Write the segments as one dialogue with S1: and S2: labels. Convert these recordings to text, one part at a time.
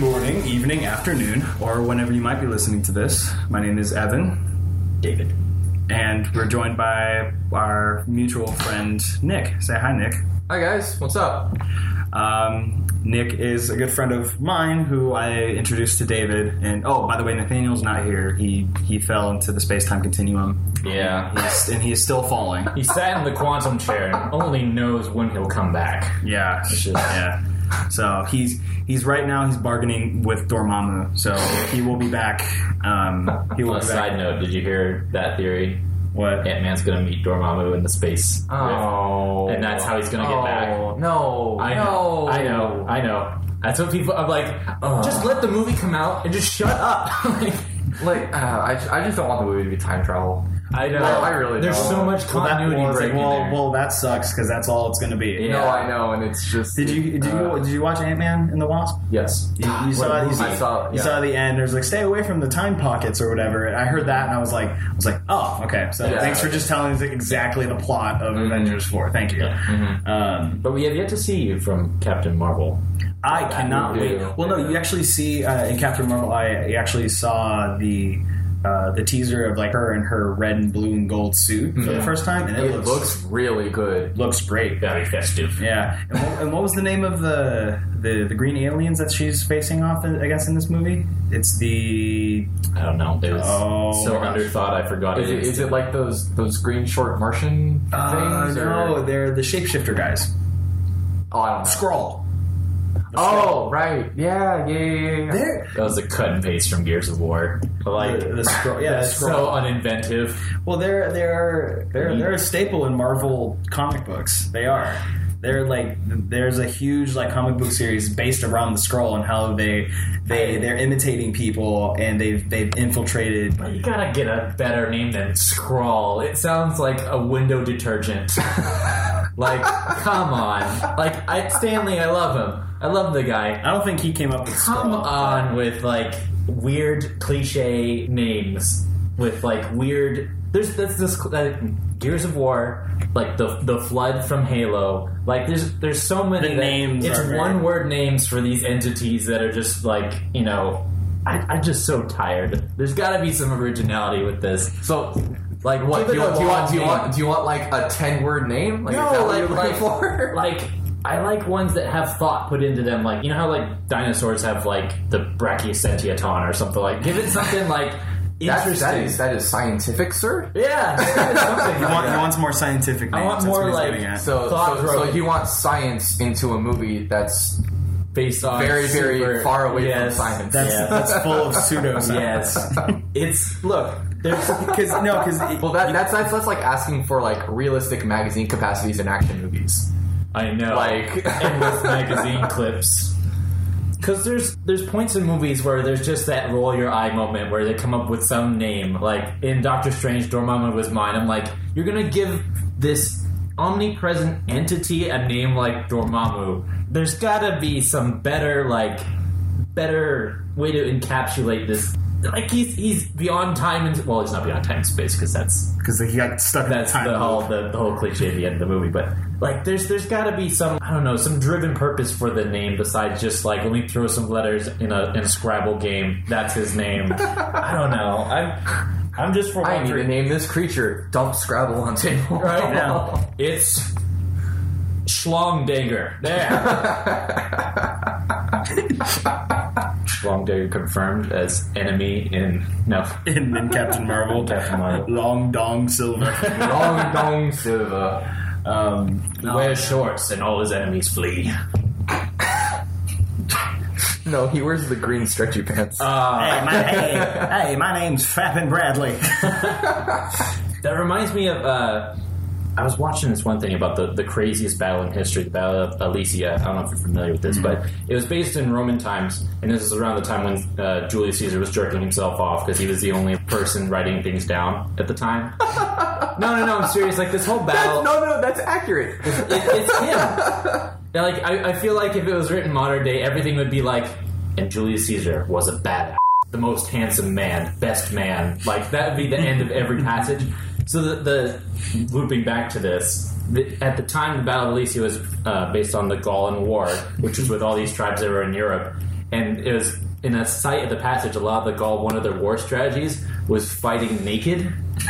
S1: morning, evening, afternoon, or whenever you might be listening to this. My name is Evan,
S2: David.
S1: and we're joined by our mutual friend Nick. Say hi, Nick.
S2: Hi guys, what's up?
S1: Um, Nick is a good friend of mine who I introduced to David. And oh, by the way, Nathaniel's not here. He he fell into the space time continuum,
S3: Yeah.
S1: he's, and he is still falling.
S3: He sat in the quantum chair and only knows when he'll come back.
S1: Yeah, yeah. So he's he's right now he's bargaining with Dormammu. So he will be back. Um, he will
S3: On a
S1: be back.
S3: side note, did you hear that theory?
S1: What?
S3: Ant Man's gonna meet Dormammu in the space.
S2: Oh,
S3: And that's how he's gonna get back.
S2: No,
S3: I know.
S2: no,
S3: I know. I know. That's what people. I'm like, just let the movie come out and just shut up. Like,
S2: Like, uh, I, I just don't want the movie to be time travel.
S3: I know.
S2: No, I really
S3: There's
S2: don't.
S3: so much
S1: Well, that,
S3: continuity
S1: well, it's like,
S3: breaking
S1: well,
S3: there.
S1: well, that sucks because that's all it's going to be.
S3: Yeah.
S2: No, I know, and it's just.
S1: Did you did you
S2: uh,
S1: did you watch Ant Man and the Wasp?
S2: yes.
S1: You, you saw you,
S2: movie? I saw-
S1: you
S2: yeah.
S1: saw the end. There's like stay away from the time pockets or whatever. And I heard that and I was like I was like oh okay. So
S2: Yeah. Mm-hmm.
S1: thanks for just telling us exactly the plot of Avengers Four. Thank you. Um,
S3: but we have yet to see you from Captain Marvel.
S1: I cannot
S2: would
S1: wait.
S2: do.
S1: Well, no, you actually see uh, in Captain Marvel. I you actually saw the uh, the teaser of like her in her red and blue and gold suit for the first time, and it,
S2: Mm-hmm.
S1: looks
S2: It looks really good.
S1: looks great.
S3: Very festive.
S1: Yeah, and what, and what was the name of the, the the green aliens that she's facing off against in this movie? It's the
S3: I don't know. It was
S1: Oh,
S3: so
S1: my gosh.
S3: underthought. I forgot
S2: Is it, is it like those those green short Martian things?
S1: uh,
S2: or-
S1: no, they're the shapeshifter guys.
S2: oh, I don't know.
S1: Scroll.
S2: Oh, right. Yeah, yeah, yeah, yeah.
S1: They're
S3: That was a cut and paste from Gears of War. Like
S1: the, the scroll. Yeah, the
S3: that's
S1: scroll.
S3: so uninventive.
S1: Well, they're they're they're
S3: Mhm.
S1: they're a staple in Marvel comic books. They are. They're like there's a huge like comic book series based around the scroll and how they they they're imitating people and they've they've infiltrated.
S3: You gotta get a better name than Scrawl. It sounds like a window detergent. like, come on. Like, I, Stanley, I love him. I love the guy.
S1: I don't think he came up with
S3: Come
S1: Skrull.
S3: on with like weird cliche names with like weird. There's that's this uh, Gears of War, like the the flood from Halo. Like there's there's so many
S1: The
S3: that-
S1: names
S3: It's
S1: are very-
S3: one word names for these entities that are just like you know. I, I'm just so tired. There's got to be some originality with this.
S2: So,
S3: Like what?
S2: do
S3: Do
S2: you,
S3: you, want-
S2: do you want? Do you
S3: name?
S2: want? Do you want like a ten word name? Like, is that
S3: No,
S2: what
S3: like,
S2: you're looking
S3: like,
S2: for?
S3: like I like ones that have thought put into them. Like you know how like dinosaurs have like the brachiosentiaton or something. Like give it something like
S2: That's,
S3: interesting.
S2: that is that is scientific, sir.
S3: yeah, just give it something
S1: He
S3: like
S1: want- he
S3: that.
S1: wants more scientific names.
S3: I want
S1: That's
S3: more,
S1: what he's
S3: like,
S1: getting at.
S2: So, so,
S3: Thought
S2: so
S3: provoking.
S2: you want science into a movie that's
S3: based on
S2: very, very
S3: super-
S2: far away
S3: yes,
S2: from science.
S1: that's
S3: yeah.
S1: that's full of pseudoscience.
S3: Yes, it's look. There's
S1: Because no, because
S2: well, that, that's, that's that's like asking for like realistic magazine capacities in action movies.
S3: I know
S2: Like,
S3: and with magazine clips. Because there's there's points in movies where there's just that roll your eye moment where they come up with some name. Like in Doctor Strange, Dormammu was mine. I'm like, you're gonna give this omnipresent entity a name like Dormammu. There's gotta be some better like better way to encapsulate this. Like he's he's beyond time and well, he's not beyond time and space because that's
S1: because he got stuck in
S3: that's
S1: the time.
S3: the
S1: loop.
S3: whole the, the whole cliche at the end of the movie. But like, there's there's got to be some I don't know some driven purpose for the name besides just like let me throw some letters in a in a Scrabble game. That's his name. I don't know. I'm I'm just for
S2: I need to
S3: wondering.
S2: name this creature. Dump Scrabble on table
S3: right now. It's Schlongdagger. There. Schlongdagger confirmed as enemy in no.
S1: and then Captain Marvel,
S3: Captain Marvel.
S1: Long Dong Silver.
S2: Long Dong Silva.
S1: Um,
S3: He wears shorts and all his enemies flee.
S2: No, he wears the green stretchy pants.
S1: Uh,
S3: Uh,
S1: hey, my, hey, hey, my name's Fappin Bradley.
S3: That reminds me of. Uh, I was watching this one thing about the, the craziest battle in history, the Battle of Alesia. I don't know if you're familiar with this, but it was based in Roman times, and this is around the time when uh, Julius Caesar was jerking himself off because he was the only person writing things down at the time. no, no, no, I'm serious. Like this whole
S2: That's-
S3: battle,
S2: no, no, that's accurate.
S3: it, it's him. Now, like I, I feel like if it was written modern day, everything would be like, and Julius Caesar was a badass, the most handsome man, best man. Like that would be the end of every passage. So the, the looping back to this, the, at the time the Battle of Alesia was uh, based on the Gallian War, which was with all these tribes that were in Europe. and it was in the site of the passage. A lot of the Gaul, one of their war strategies was fighting naked,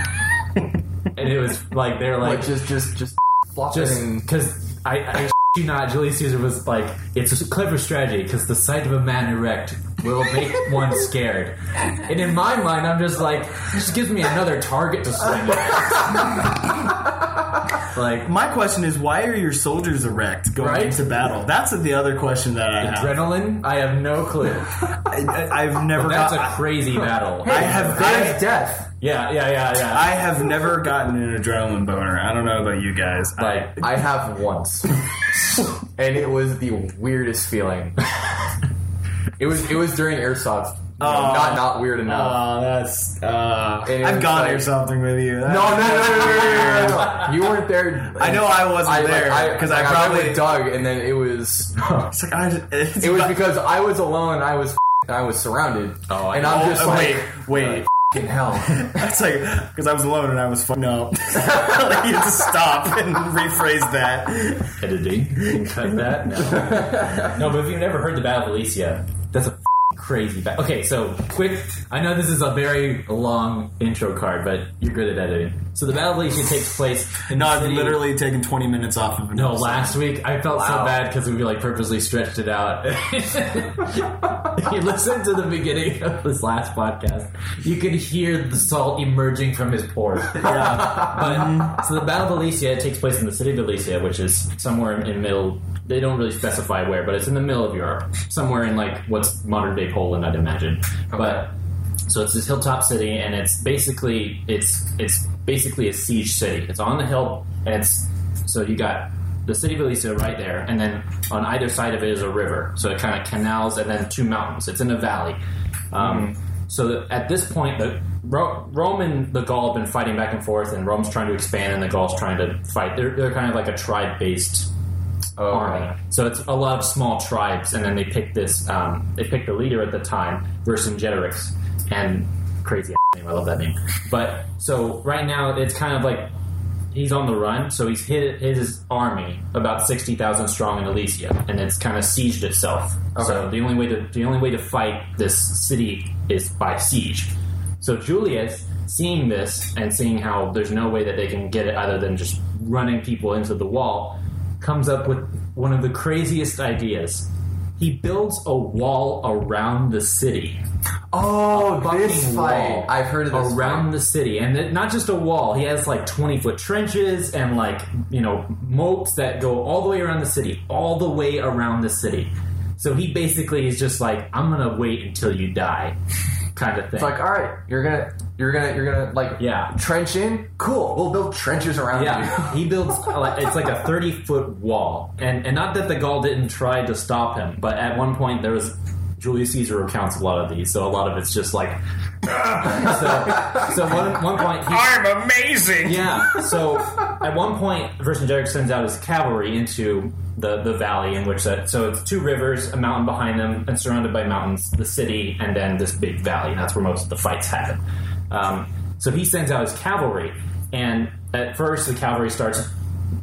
S3: and it was like they're like
S2: Like just just just flopping.
S3: just because I, I you not, Julius Caesar was like, it's a clever strategy because the sight of a man erect will make one scared. And in my mind, I'm just like, it just gives me another target to swing at. like
S1: My question is, why are your soldiers erect going
S3: Right?
S1: into battle? That's the other question that I have.
S3: adrenaline, I have no clue.
S1: I, I've never.
S3: That's a
S1: got-
S3: crazy battle.
S1: I have.
S2: that
S1: I,
S2: is death.
S3: Yeah, yeah, yeah, yeah.
S1: I have never gotten an adrenaline boner. I don't know about you guys. I-
S3: like
S2: I have once, and it was the weirdest feeling. It was it was during airsoft. You know,
S1: Oh.
S2: not not weird enough.
S1: Oh, that's. Uh,
S2: It
S1: I've
S2: is
S1: gone
S2: like-
S1: or something with you.
S2: no, no, no, no, no, no, no, no. You weren't there.
S1: I know I wasn't
S2: like,
S1: there because I,
S2: like, went
S1: probably.
S2: with Doug, and then it was
S1: it's like, I, it's
S2: it was
S1: about-
S2: because I was alone. I was I was surrounded.
S3: Oh, I
S2: and
S3: know.
S2: I'm
S1: Oh,
S2: just like
S1: wait, wait.
S2: fucking hell.
S1: That's like because I was alone and I was fucking up. like, you have to stop and rephrase that.
S3: editing. You can cut that. No. no, but if you've never heard the Battle of Alesia, that's a f- crazy battle. Okay, so quick. I know this is a very long intro card, but you're good at editing. So the Battle of Alesia takes place in
S1: No,
S3: the
S1: I've
S3: city.
S1: literally taken twenty minutes off of an
S3: No,
S1: episode.
S3: last week I felt so
S2: Wow.
S3: bad because we like purposely stretched it out. if you listen to the beginning of this last podcast, you could hear the salt emerging from his pores. But so the Battle of Alesia takes place in the city of Alesia, which is somewhere in middle. They don't really specify where, but it's in the middle of Europe, somewhere in like what's modern day Poland, I'd imagine. But so it's this hilltop city, and it's basically it's it's basically a siege city. It's on the hill, and it's so you got the city of Elysia right there, and then on either side of it is a river. So it kind of canals, and then two mountains. It's in a valley. Um, So that at this point, the Ro- Rome and the Gaul have been fighting back and forth, and Rome's trying to expand, and the Gaul's trying to fight. They're they're kind of like a tribe based
S2: Oh,
S3: army. So it's a lot of small tribes, and then they pick this. Um, they pick the leader at the time, Vercingetorix, and crazy name. I love that name. But so right now, it's kind of like he's on the run. So he's hit his army about sixty thousand strong in Elysia, and it's kind of sieged itself. So the only way to the only way to fight this city is by siege. So Julius. Seeing this and seeing how there's no way that they can get it other than just running people into the wall, comes up with one of the craziest ideas. He builds a wall around the city.
S2: oh
S3: Fucking
S2: this fight.
S3: wall
S2: I've heard of this
S3: around the city, and it- not just a wall. He has like twenty foot trenches and like you know moats that go all the way around the city, all the way around the city. So he basically is just like, I'm gonna wait until you die, kind of thing.
S2: It's like, all right, you're gonna, you're gonna, you're gonna like,
S3: Yeah.
S2: trench in. Cool. We'll build trenches around
S3: Yeah,
S2: you.
S3: he builds uh, like, it's like a thirty foot wall, and and not that the Gaul didn't try to stop him, but at one point there was Julius Caesar recounts a lot of these, so a lot of it's just like. so, so one one point, he,
S1: I'm amazing.
S3: yeah. So at one point, Vercingetorix sends out his cavalry into the, the valley in which that. So it's two rivers, a mountain behind them, and surrounded by mountains, the city, and then this big valley. And that's where most of the fights happen. Um, so he sends out his cavalry, and at first the cavalry starts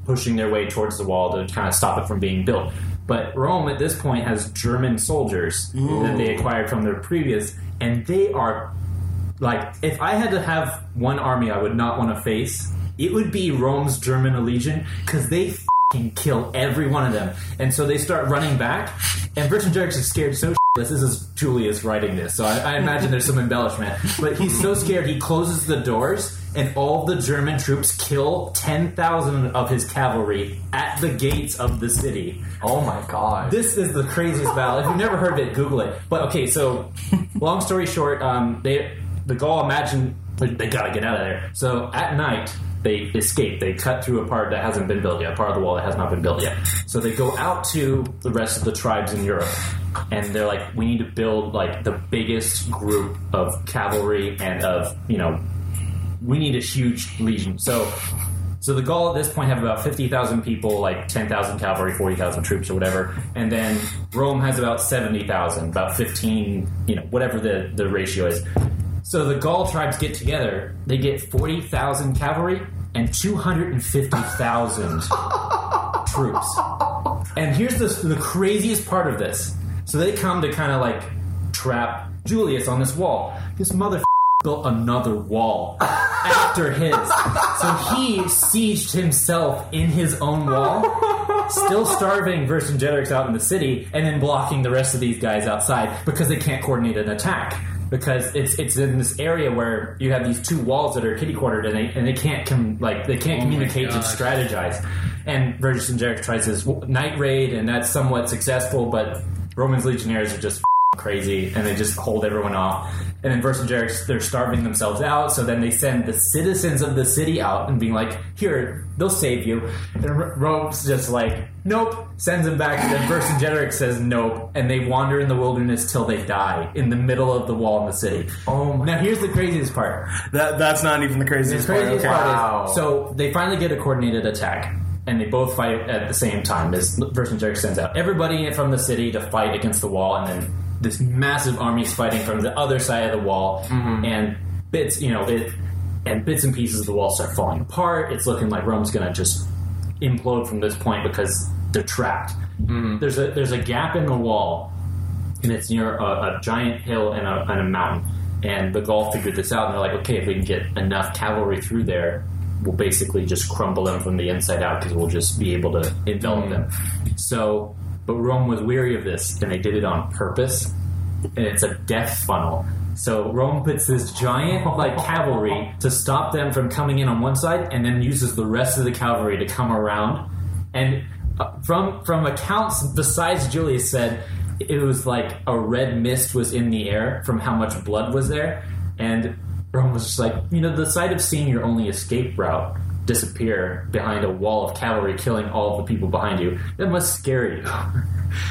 S3: pushing their way towards the wall to kind of stop it from being built. But Rome at this point has German soldiers that they acquired from their previous, and they are like if I had to have one army I would not want to face, it would be Rome's German legion because they fing kill every one of them, and so they start running back. And Vercingetorix is scared so. shitless. This is Julius writing this, so I, I imagine there's some embellishment. But he's so scared he closes the doors, and all the German troops kill ten thousand of his cavalry at the gates of the city.
S2: oh my god.
S3: This is the craziest battle. If you've never heard of it, Google it. But okay, so long story short, um, they the Gaul imagine they gotta get out of there. So at night they escape. They cut through a part that hasn't been built yet, a part of the wall that has not been built yet. So they go out to the rest of the tribes in Europe, and they're like, we need to build like the biggest group of cavalry and of you know we need a huge legion. So, so the Gaul at this point have about fifty thousand people, like ten thousand cavalry, forty thousand troops, or whatever, and then Rome has about seventy thousand, about fifteen, you know, whatever the the ratio is. So the Gaul tribes get together. They get forty thousand cavalry and two hundred and fifty thousand troops. And here's the, the craziest part of this. So they come to kind of like trap Julius on this wall. This mother built another wall after his. So he sieged himself in his own wall, still starving Version Jedrick's out in the city, and then blocking the rest of these guys outside because they can't coordinate an attack. Because it's it's in this area where you have these two walls that are kitty cornered and they and they can't com- like they can't communicate and
S4: God.
S3: strategize. And Verges and Jarek tries his w- night raid and that's somewhat successful, but Roman's legionnaires are just crazy and they just hold everyone off. And then Versus Jerks, they're starving themselves out, so then they send the citizens of the city out and being like, here, they'll save you. And R- Rome's just like, nope, sends them back. And then Versus Jerks says, nope. And they wander in the wilderness till they die in the middle of the wall in the city.
S2: Oh my-
S3: Now, here's the craziest part.
S1: That, that's not even the craziest,
S3: The craziest
S1: part.
S3: part
S1: Okay.
S2: Wow.
S3: is- so they finally get a coordinated attack, and they both fight at the same time. As Version Jerk sends out everybody from the city to fight against the wall, and then this massive army is fighting from the other side of the wall, and bits, you know, it and bits and pieces of the wall start falling apart. It's looking like Rome's gonna just implode from this point because they're trapped. There's a there's a gap in the wall and it's near a, a giant hill and a, and a mountain. And the Gaul figured this out, and they're like, okay, if we can get enough cavalry through there, we'll basically just crumble them from the inside out because we'll just be able to envelop them. So, but Rome was weary of this, and they did it on purpose. And it's a death funnel. So Rome puts this giant like cavalry to stop them from coming in on one side, and then uses the rest of the cavalry to come around. And uh, from from accounts besides Julius said it was like a red mist was in the air from how much blood was there, and Rome was just like, you know, the sight of seeing your only escape route disappear behind a wall of cavalry killing all of the people behind you that must scare you.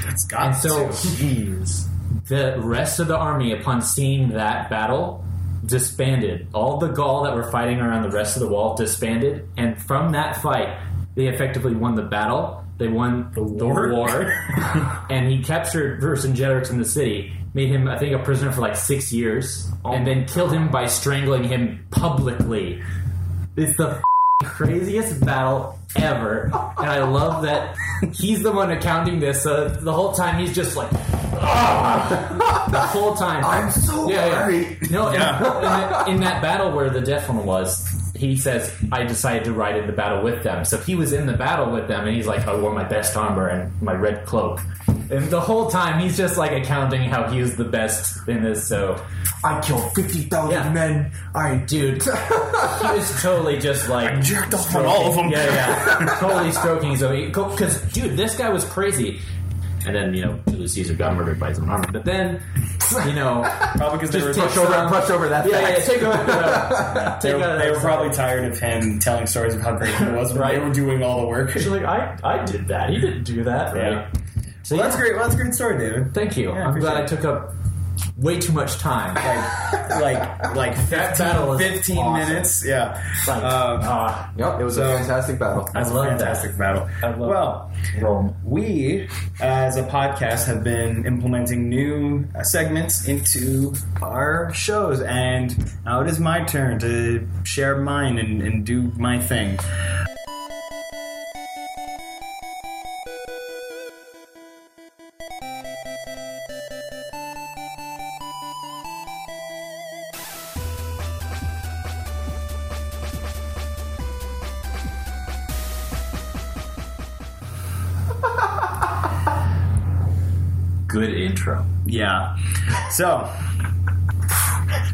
S1: It's got
S3: And so
S1: to.
S2: Jeez.
S3: the rest of the army, upon seeing that battle, disbanded. All the Gaul that were fighting around the rest of the wall disbanded, and from that fight, they effectively won the battle. They won the war, and he captured Vercingetorix in the city, made him, I think, a prisoner for like six years, and then killed him by strangling him publicly. It's the craziest battle ever. And I love that he's the one accounting this. So the whole time he's just like, "Ah." the whole time.
S2: I'm so worried.
S3: No, in-
S1: Yeah.
S3: in, that, in that battle where the death one was, he says, I decided to ride in the battle with them. So he was in the battle with them, and he's like, I wore my best armor and my red cloak. And the whole time, he's just like accounting how he was the best in this. So,
S2: I killed fifty thousand
S3: Yeah.
S2: men. I
S3: dude, he was totally just like
S1: Jerked off on all of them.
S3: yeah, yeah. totally stroking his own because dude, this guy was crazy. And then you know Julius Caesar got murdered by his own army. But then you know,
S1: Probably because they
S3: Just
S1: were
S3: take
S2: brush over, brush over that.
S3: yeah, yeah,
S2: fact.
S3: take over. yeah,
S1: They
S3: take
S1: were,
S3: over
S1: they were
S3: that
S1: probably
S3: side.
S1: tired of him telling stories of how great he was, but they were doing all the work.
S3: She's like, I, I did that. He didn't do that.
S1: Yeah.
S3: Right? So
S1: Well,
S3: yeah.
S1: that's great. Well, that's a great story, David.
S3: Thank you.
S1: Yeah,
S3: I'm glad I
S1: appreciate
S3: took up way too much time.
S1: Like, like, like
S3: That battle
S1: 15,
S3: is
S1: 15
S3: awesome.
S1: minutes. Yeah.
S3: Like,
S1: Um,
S3: ah,
S2: Yep, it was
S1: So-
S2: a fantastic battle.
S1: that's
S3: love
S1: a
S3: that.
S1: fantastic battle.
S3: I love
S1: well,
S3: Rome.
S1: we as a podcast have been implementing new uh, segments into our shows, and now it is my turn to share mine and, and do my thing.
S3: Good intro.
S1: Yeah. So,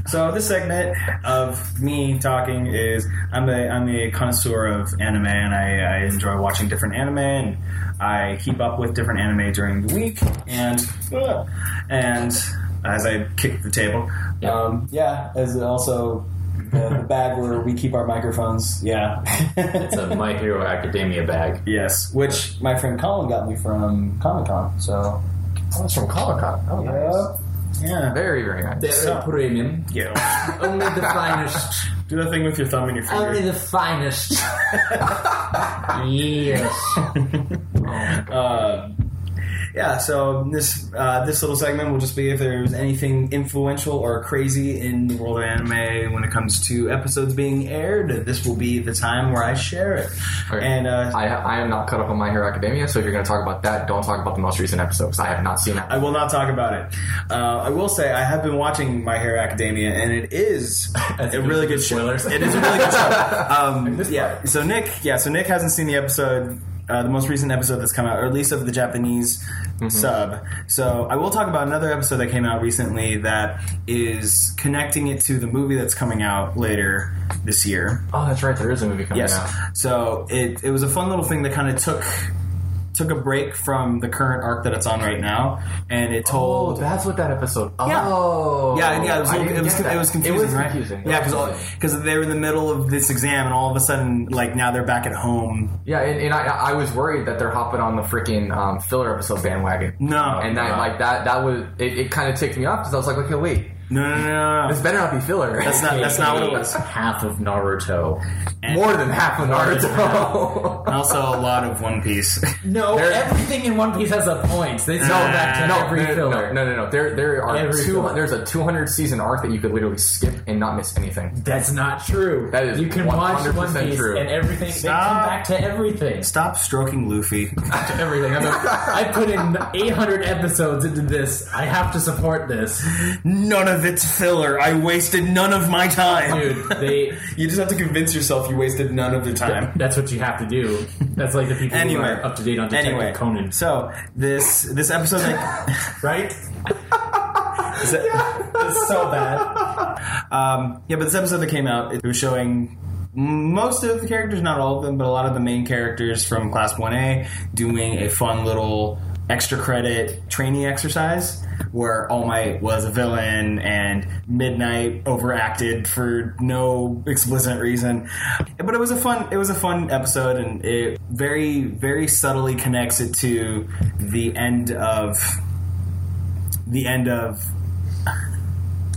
S1: so this segment of me talking is I'm a I'm a connoisseur of anime, and I, I enjoy watching different anime, and I keep up with different anime during the week, and and as I kick the table,
S3: Yeah.
S1: um, yeah, as also. The bag where we keep our microphones. Yeah.
S3: It's a My Hero Academia bag.
S1: yes. Which my friend Colin got me from Comic Con. So.
S2: Oh, it's from Comic Con. Oh, nice.
S1: Yeah.
S2: Very, very nice.
S1: So-
S3: premium.
S1: Yeah.
S3: Only the finest.
S1: Do that thing with your thumb and your finger.
S3: Only the finest. yes.
S1: Uh, yeah, so this uh, this little segment will just be if there's anything influential or crazy in the world of anime when it comes to episodes being aired. This will be the time where I share it.
S2: Okay.
S1: And uh,
S2: I, I am not caught up on My Hero Academia, so if you're going to talk about that, don't talk about the most recent episode because I have not seen that.
S1: I will not talk about it. Uh, I will say I have been watching My Hero Academia, and it is
S3: As
S1: a
S3: if
S1: really
S3: it
S1: good
S3: was
S1: show.
S3: spoilers.
S1: It is a really good show. Um,
S3: missed
S1: yeah. So Nick, yeah. So Nick hasn't seen the episode, uh, the most recent episode that's come out, or at least of the Japanese
S3: Mm-hmm.
S1: sub. So I will talk about another episode that came out recently that is connecting it to the movie that's coming out later this year.
S2: Oh, that's right. There is a movie coming
S1: Yes.
S2: out.
S1: So it it was a fun little thing that kind of took took a break from the current arc that it's on right now, and it
S2: Oh,
S1: told.
S2: that's what that episode.
S1: Yeah.
S2: Oh,
S1: yeah, yeah, it was,
S2: I didn't
S1: it, was,
S2: get that.
S1: it was confusing,
S2: It was
S1: right?
S2: confusing.
S1: Yeah, because they were in the middle of this exam, and all of a sudden, like now they're back at home.
S2: yeah, and, and I, I was worried that they're hopping on the freaking um, filler episode bandwagon.
S1: No,
S2: Oh, and that
S1: no.
S2: like that that was it. it kind of ticked me off because I was like, okay, wait,
S1: No, no, no, no,
S2: this
S1: no.
S2: better not be filler.
S1: That's not that's not what it was.
S3: Half of Naruto.
S1: And,
S2: more than half of Naruto.
S1: and also a lot of One Piece.
S3: No,
S2: There- Ah.
S3: everything in One Piece has a point. They sell that to
S2: no,
S3: every
S2: no, no,
S3: filler.
S2: no, no, no. There, there are
S3: Every
S2: two.
S3: filler.
S2: There's a 200 season arc that you could literally skip and not miss anything.
S3: That's not true.
S2: That is
S3: you can watch One
S2: 100%
S3: Piece
S2: true.
S3: and everything. They
S1: Stop.
S3: come back to everything.
S1: Stop stroking Luffy.
S3: To everything. I'm like, I put in 800 episodes into this. I have to support this,
S1: None of it's filler. I wasted none of my time.
S3: dude. They.
S1: You just have to convince yourself you wasted none of your time.
S3: That's what you have to do. That's like the people
S1: Anyway,
S3: who are up to date on Detective
S1: anyway,
S3: Conan,
S1: So this this episode, like,
S3: right?
S1: is it-
S3: It's so bad.
S1: um, yeah, but this episode that came out, it was showing most of the characters, not all of them, but a lot of the main characters from Class One A doing a fun little extra credit trainee exercise where All Might was a villain and Midnight overacted for no explicit reason. But it was a fun it was a fun episode and it very very subtly connects it to the end of the end of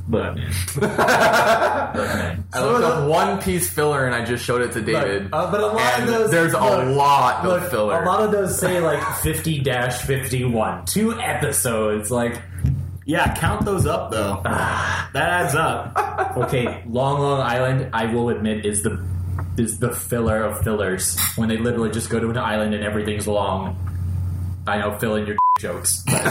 S3: But man. Look, man.
S2: I looked up One Piece filler and I just showed it to David.
S3: uh, but a lot of
S2: and
S3: those-
S2: there's
S3: look,
S2: a lot
S3: Look,
S2: of filler.
S3: a lot of those say like 50 51, two episodes. Like,
S1: Yeah, count those up though. that adds up.
S3: okay, Long Long Island, I will admit, is the is the filler of fillers when they literally just go to an island and everything's long. I know, fill in your jokes. but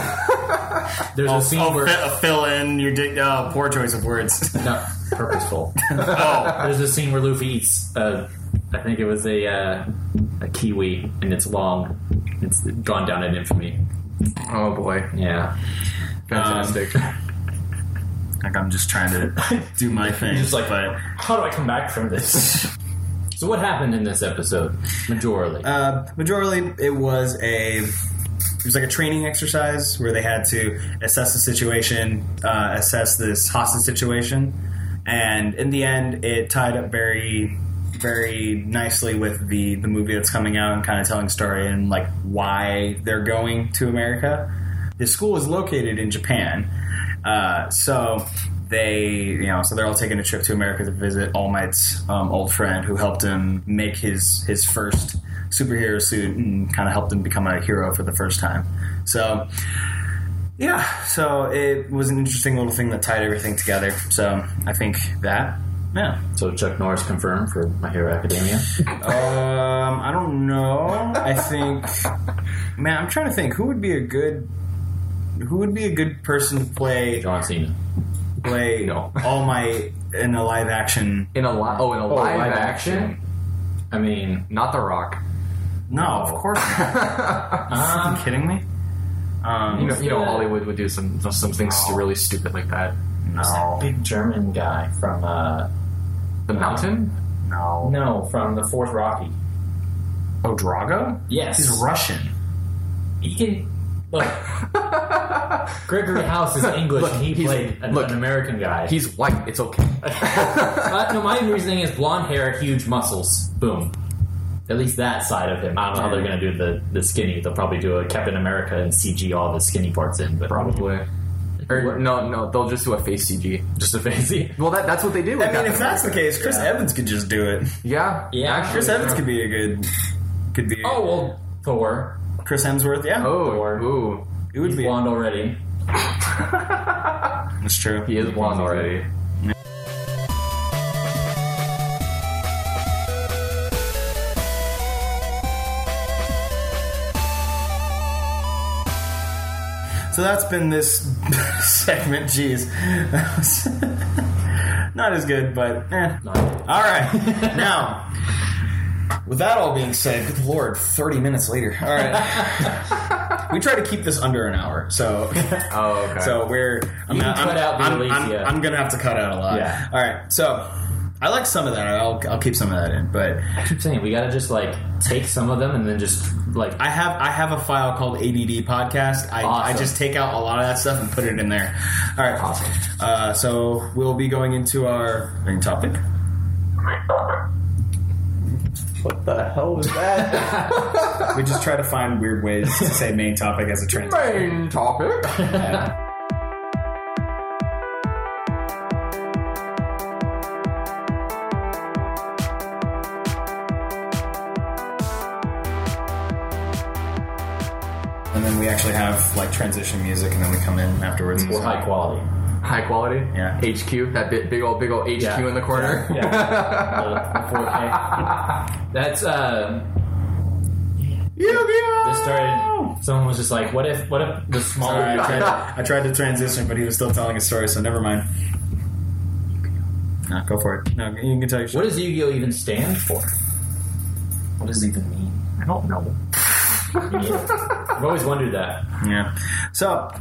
S3: There's a scene
S1: Oh,
S3: where
S1: fi- fill in your dick. Oh, poor choice of words.
S3: not purposeful.
S1: oh,
S3: There's a scene where Luffy eats, uh, I think it was a uh, a kiwi, and it's long. It's gone down in infamy.
S2: oh boy,
S3: Yeah,
S2: fantastic.
S1: like I'm just trying to do my thing.
S3: just like-
S1: but
S3: how do I come back from this? so what happened in this episode, majorly?
S1: uh, majorly it was a it was like a training exercise where they had to assess the situation, uh, assess this hostage situation, and in the end, it tied up very, very nicely with the the movie that's coming out and kind of telling story and like why they're going to America. The school is located in Japan, uh, so they you know so they're all taking a trip to America to visit All Might's um, old friend who helped him make his his first superhero suit and kind of helped him become a hero for the first time. So, yeah, so it was an interesting little thing that tied everything together. So I think that, yeah.
S3: so Chuck Norris confirmed for My Hero Academia.
S1: Um, I don't know. I think, man, I'm trying to think who would be a good. Who would be a good person to play
S3: John Cena.
S1: play
S2: No.
S1: All Might in a live action?
S2: in a li- oh, in a live,
S3: live
S2: action,
S3: action. I mean,
S2: not The Rock.
S1: No, of course not. Are you
S3: um,
S1: kidding me? Um,
S2: You know, you know
S3: Yeah. Oh.
S2: Hollywood would do some some, some things really stupid like that.
S1: no,
S3: big German guy from uh,
S2: The Mountain.
S1: no.
S3: no, from the fourth Rocky.
S1: Oh, Drago?
S3: Yes,
S1: He's Russian.
S3: he can look. Gregory House is English,
S2: Look,
S3: and he
S2: he's-
S3: played an,
S2: look,
S3: an American guy.
S2: He's white. It's okay.
S3: Uh, no, my reasoning is blonde hair, huge muscles. Boom. At least that side of him. I don't know how they're going to do the, the skinny. They'll probably do a Captain America and CG all the skinny parts in, but
S2: Probably. Or, no, no, they'll just do a face CG.
S3: just a fancy.
S2: Well, that, that's what they do. with
S1: I mean,
S2: Captain
S1: if that's the
S2: America.
S1: case, Chris Evans could just do it.
S2: yeah,
S3: Yeah.
S2: actually,
S1: Chris Evans
S2: yeah.
S1: could be a good. Could be.
S3: Oh well, Thor.
S1: Chris Hemsworth, yeah.
S2: Oh,
S3: Thor.
S2: ooh.
S1: It would
S3: He's
S1: be.
S3: blonde already.
S1: That's true.
S2: He is blonde already.
S1: So that's been this segment. Jeez, That was not as good, but eh.
S3: No.
S1: all right. now, with that all being said, good lord, thirty minutes later. All right, we try to keep this under an hour, so
S2: Oh, okay.
S1: so we're. I'm,
S3: You
S1: not-
S3: can
S1: I'm,
S3: cut out the
S1: I'm,
S3: release,
S1: I'm-
S3: yeah.
S1: I'm gonna have to cut out a lot.
S3: Yeah.
S1: All right, so. I like some of that. I'll, I'll keep some of that in, but
S3: I keep saying we gotta just like take some of them and then just like
S1: I have I have a file called ADD podcast. I,
S3: Awesome.
S1: I just take out a lot of that stuff and put it in there. All right.
S3: Awesome.
S1: Uh, so we'll be going into our main topic.
S2: what the hell was that?
S1: We just try to find weird ways to say main topic as a trans.
S2: Main topic.
S1: And then we actually have like transition music, and then we come in afterwards.
S3: we're high quality.
S2: High quality.
S1: Yeah.
S2: HQ. That big, big old, big old HQ
S3: Yeah.
S2: in the corner.
S3: Yeah. The 4K. That's uh
S2: Yu-Gi-Oh!
S3: this started someone was just like, what if what if the smaller
S1: Sorry, I tried, I tried to transition, but he was still telling a story, so never mind. Nah, go for it. No, you can tell your
S3: What
S1: story.
S3: does Yu-Gi-Oh even stand for? What does it even mean?
S2: I don't know.
S3: I've always wondered that.
S1: Yeah. So,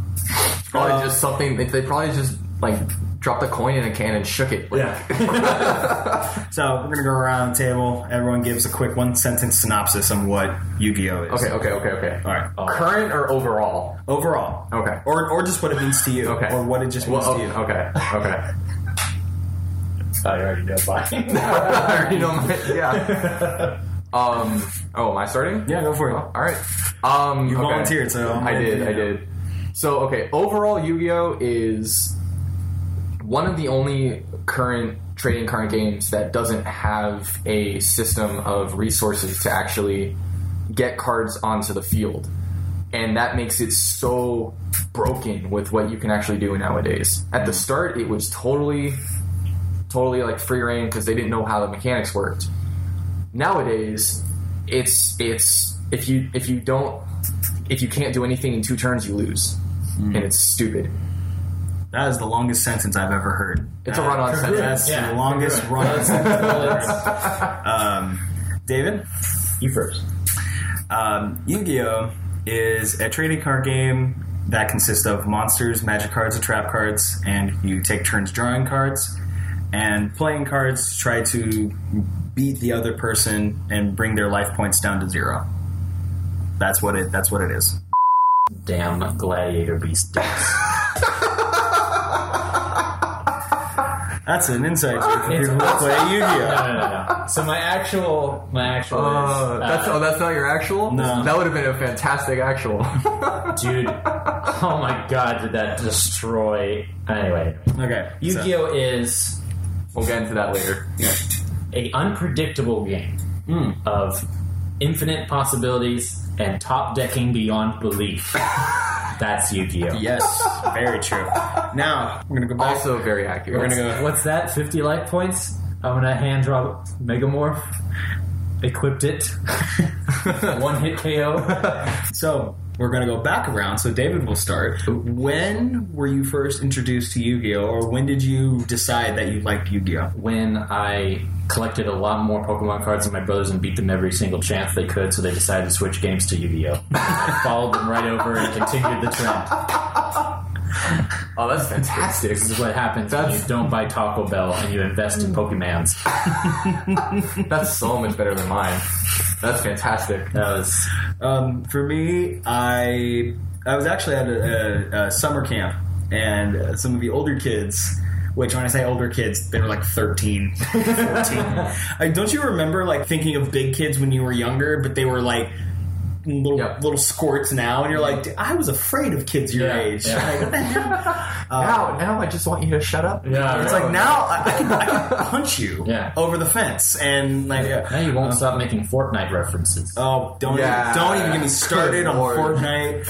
S2: Probably
S1: Uh,
S2: just something. They, they probably just like dropped a coin in a can and shook it. Like,
S3: Oh,
S1: so we're gonna go around the table. Everyone gives a quick one sentence synopsis on what Yu-Gi-Oh is.
S2: Okay. Okay. Okay. Okay.
S1: All right.
S2: Current or overall?
S1: Overall.
S2: Okay.
S1: Or or just what it means to you.
S2: Okay.
S1: Or what it just means
S2: Well,
S1: to you.
S2: okay. Okay.
S3: I already know why.
S2: I already know my, yeah. Um. Oh, am I starting?
S1: Yeah, go for it.
S2: All right. Um. You
S1: volunteered, so I'm
S2: I
S1: gonna
S2: did.
S1: do
S2: I
S1: that.
S2: did. So okay. Overall, Yu-Gi-Oh is one of the only current trading card games that doesn't have a system of resources to actually get cards onto the field. And that makes it so broken with what you can actually do nowadays. At
S1: Mm.
S2: the start, it was totally, totally like free reign because they didn't know how the mechanics worked. Nowadays, it's it's if you if you don't if you can't do anything in two turns, you lose, and it's stupid.
S1: That is the longest sentence I've ever heard.
S2: It's a run-on
S1: That-
S2: sentence.
S1: That's
S3: Yeah.
S1: the longest run-on sentence I've ever heard. Um, David,
S3: you first.
S1: um, Yu-Gi-Oh is a trading card game that consists of monsters, magic cards, and trap cards, and you take turns drawing cards and playing cards. to Try to beat the other person and bring their life points down to zero. That's what it. That's what it is.
S3: Damn gladiator beast.
S1: That's an insight joke for people who play
S3: No,
S1: Yu-Gi-Oh.
S3: no, no, no. So my actual, my actual
S2: Uh,
S3: is,
S2: that's oh, that's not your actual.
S1: No.
S2: that would have been a fantastic actual.
S3: dude. Oh my god, did that destroy? Anyway,
S1: Okay, so-
S3: Yu-Gi-Oh is
S2: we'll get into that later.
S3: a unpredictable game of infinite possibilities and top decking beyond belief. that's Yu-Gi-Oh.
S1: Yes, very true. Now I'm gonna go back.
S2: Also very accurate.
S1: We're gonna go.
S3: What's that? Fifty light points. I'm gonna hand draw Megamorph. Equipped it. One hit KO.
S1: So we're gonna go back around. So David will start. When were you first introduced to Yu-Gi-Oh, or when did you decide that you liked Yu-Gi-Oh?
S3: when I collected a lot more Pokemon cards than my brothers and beat them every single chance they could, so they decided to switch games to Yu-Gi-Oh. I followed them right over and continued the trend.
S2: Oh, that's fantastic.
S3: This is what happens when
S2: That's-
S3: you don't buy Taco Bell and you invest in Pokemans.
S2: that's so much better than mine. That's fantastic.
S3: That was
S1: Um, for me, I I was actually at a, a, a summer camp, and uh, some of the older kids. Which, when I say older kids, they were like 13, 14. like, don't you remember, like, thinking of big kids when you were younger, but they were, like, little
S2: Yep.
S1: little squirts now, and you're like, "Dude, I was afraid of kids your
S3: Yeah,
S1: age.
S3: yeah.
S1: Like, what the hell? Uh,
S2: now, now I just want you to shut up.
S3: Yeah,
S1: It's
S3: right.
S1: like now I, I, can, I can punch you
S3: Yeah.
S1: over the fence, and like, yeah.
S3: Now you won't stop making Fortnite references.
S1: Oh, don't
S2: Yeah.
S1: even, don't even get me started
S2: Good
S1: on
S2: lord.
S1: Fortnite.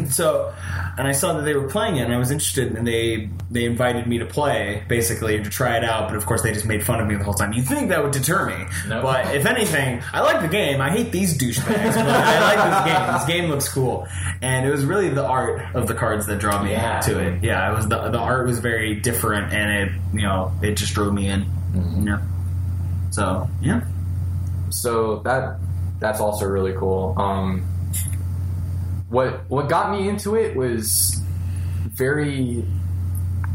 S1: I, so, and I saw that they were playing it, and I was interested, and they they invited me to play basically to try it out. But of course, they just made fun of me the whole time. You think that would deter me?
S3: No.
S1: But if anything, I like the game. I hate these douchebags, but I like this game. This game looks cool, and it was really the art of the cards that draw me
S3: Yeah.
S1: to it. Yeah, it was the the art was very different, and it you know it just drew me in. Yeah. So yeah.
S2: so that that's also really cool. Um, what what got me into it was very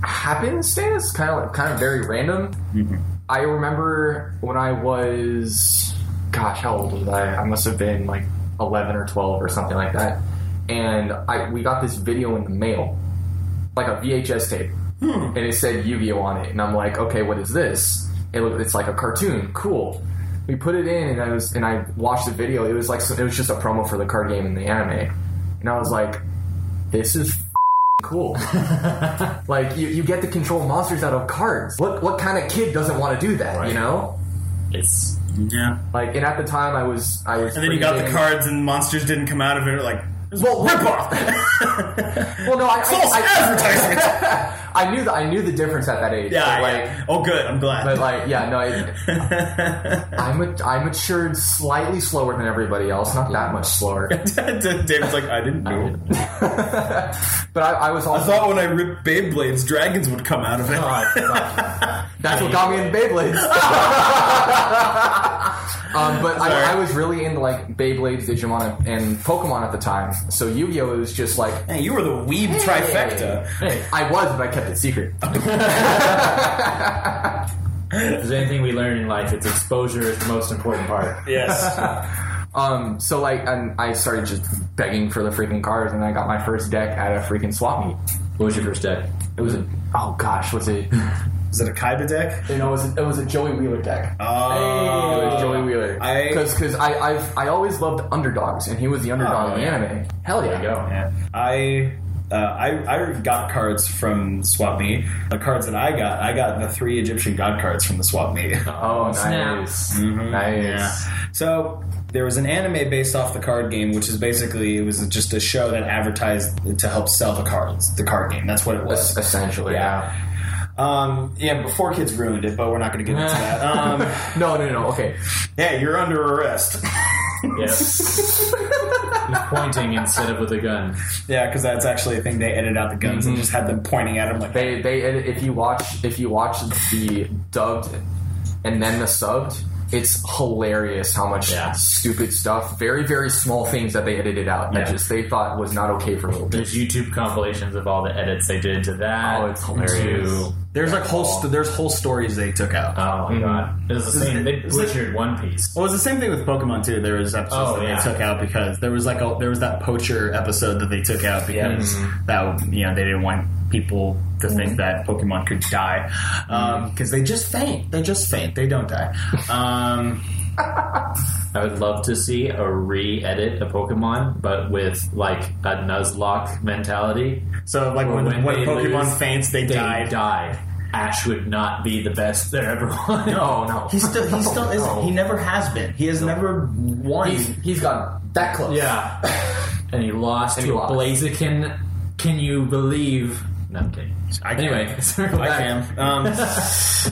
S2: happenstance, kind of like, kind of very random. I remember when I was, gosh, how old was I? I must have been like eleven or twelve or something like that. And I we got this video in the mail, like a VHS tape,
S1: Hmm.
S2: and it said Yu-Gi-Oh on it. And I'm like, okay, what is this? It, look- it's like a cartoon. Cool. We put it in, and I was and I watched the video. It was like so, it was just a promo for the card game in the anime, and I was like, this is. F- Cool. like you, you get to control monsters out of cards. What what kind of kid doesn't want to do that?
S3: Right.
S2: You know,
S3: It's
S1: Yeah.
S2: like and at the time I was I was.
S1: And then you got the
S2: freezing-
S1: cards, and monsters didn't come out of it. Like,
S2: Well,
S1: rip off.
S2: Well, no, I, I,
S1: False advertisement.
S2: I, I knew the, I knew the difference at that age.
S1: yeah,
S2: but like,
S1: yeah. Oh, good. I'm glad.
S2: but like, yeah, no, I, I, mat- I matured slightly slower than everybody else, not that much slower.
S1: David's like, I didn't know.
S2: But I, I was
S1: I
S2: also
S1: thought when I ripped Beyblades, dragons would come out of it.
S2: that's what got me into Beyblades. um, but
S1: Sorry.
S2: I, I was really into like Beyblades, Digimon, and Pokemon at the time. So Yu-Gi-Oh was just like
S1: Hey, you were the weeb trifecta.
S3: hey,
S2: I was, but I kept it secret.
S3: if there's anything we learn in life, it's exposure is the most important part.
S1: Yes.
S2: Um, so like, and I started just begging for the freaking cards, and I got my first deck at a freaking swap meet.
S3: What was your first deck?
S2: It was a oh gosh, was it?
S1: Is it a Kaiba deck?
S2: You know, it was a, it was a Joey Wheeler deck.
S1: Oh.
S2: it was Joey Wheeler
S1: I-
S2: because I I've, I always loved underdogs, and he was the underdog
S1: Oh,
S2: in the
S1: yeah.
S2: anime. Hell yeah,
S3: There you go.
S1: Yeah. I. Uh, I, I got cards from Swap Meet. The cards that I got, I got the three Egyptian god cards from the Swap Meet.
S2: Oh,
S3: Snap.
S2: nice,
S1: Mhm.
S2: nice.
S1: Yeah. So there was an anime based off the card game, which is basically it was just a show that advertised to help sell the cards, the card game. That's what it
S2: Es-
S1: was.
S2: essentially,
S1: Yeah.
S2: yeah.
S1: Um, yeah, before kids ruined it, but we're not going to get into that. Um,
S2: No, no, no. Okay,
S1: yeah, you're under arrest.
S3: Yes. He's pointing instead of with a gun.
S1: yeah, because that's actually a thing. They edited out the guns and just had them pointing at him like.
S2: they they if you watch if you watch the dubbed and then the subbed it's hilarious how much
S3: Yeah.
S2: stupid stuff very very small things that they edited out that
S1: Yeah.
S2: just they thought was not okay for a little bit
S3: There's YouTube compilations of all the edits they did to that.
S2: Oh, it's hilarious.
S3: to-
S1: there's like whole st- there's whole stories they took out.
S3: oh
S2: Mm-hmm.
S3: my god, it was the same. They
S1: Is it-
S3: butchered One Piece.
S1: Well, it was the same thing with Pokemon too. There was episodes
S3: Oh,
S1: that
S3: yeah.
S1: they took out because there was like a, there was that poacher episode that they took out because that you know they didn't want people to think that Pokemon could die because they just faint. They just faint. They don't die. Um,
S3: I would love to see a re-edit of Pokemon, but with like a Nuzlocke mentality.
S1: so like
S3: Or
S1: when, when,
S3: when they
S1: Pokemon
S3: lose,
S1: faints, they,
S3: They
S1: die.
S3: died. Ash would not be the best there ever was.
S2: no no
S1: He still he still
S2: No.
S1: isn't. He never has been. He has never won.
S2: he's, he's gone that close
S3: Yeah. and he lost
S2: And
S3: to
S2: he
S3: a
S2: lost.
S3: Blaziken. Can you believe? No, I'm kidding.
S1: I can.
S3: anyway, circle
S1: I
S3: back.
S1: can. Um,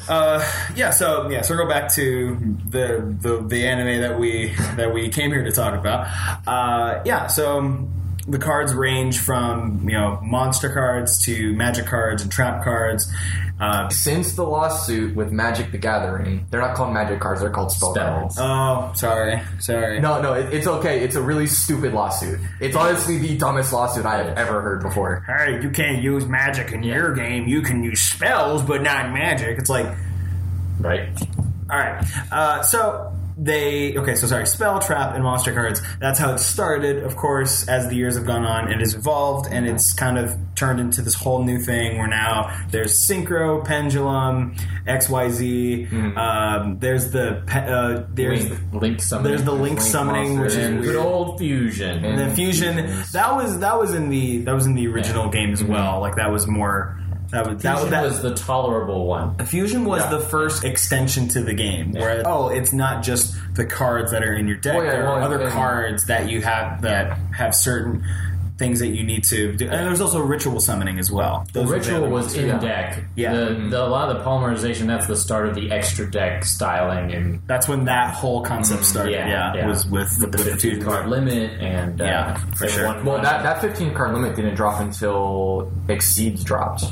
S1: uh, yeah. So yeah. So go back to the, the the anime that we that we came here to talk about. Uh, yeah. So the cards range from you know monster cards to magic cards and trap cards. Uh,
S2: since the lawsuit with magic the gathering they're not called magic cards they're called spell cards
S3: Spells.
S1: oh, sorry, sorry.
S2: no, no, it, it's okay. It's a really stupid lawsuit. It's honestly the dumbest lawsuit I have ever heard before.
S1: Hey, you can't use magic in your game. You can use spells, but not magic. It's like
S3: Right.
S1: All right. Uh, so they okay so sorry spell trap and monster cards that's how it started of course as the years have gone on it has evolved and it's kind of turned into this whole new thing where now there's synchro pendulum xyz
S3: Mm-hmm.
S1: um, there's the pe- uh, there's
S2: Link.
S3: Link summoning.
S1: there's the link,
S2: Link
S1: summoning which
S2: monster
S1: is
S2: and
S3: and
S1: weird
S3: good old fusion.
S1: and
S2: And-
S1: the fusion that was that was in the that was in the original game as well like that was more that was that,
S3: Mm-hmm. fusion
S1: that
S3: was the tolerable one.
S1: Fusion was
S2: Yeah.
S1: the first extension to the game, where oh, it's not just the cards that are in your deck.
S2: Well, Oh, yeah,
S1: there are
S2: well,
S1: other
S2: and-
S1: cards that you have that have certain things that you need to do. And there's also ritual summoning as well. Those are the
S3: Ritual
S1: other
S3: was
S1: ones.
S3: in
S2: yeah.
S3: deck.
S1: Yeah.
S3: The, the, a lot of the polymerization, that's the start of the extra deck styling and
S1: that's when that whole
S2: Mm,
S1: concept started.
S3: yeah,
S1: Yeah,
S3: yeah.
S1: was with
S3: with the
S1: with
S3: 15
S1: Fusion.
S3: card limit and uh,
S1: Yeah, for
S3: the
S1: sure.
S3: one-
S2: Well, that, that 15 card limit didn't drop until Exceeds dropped.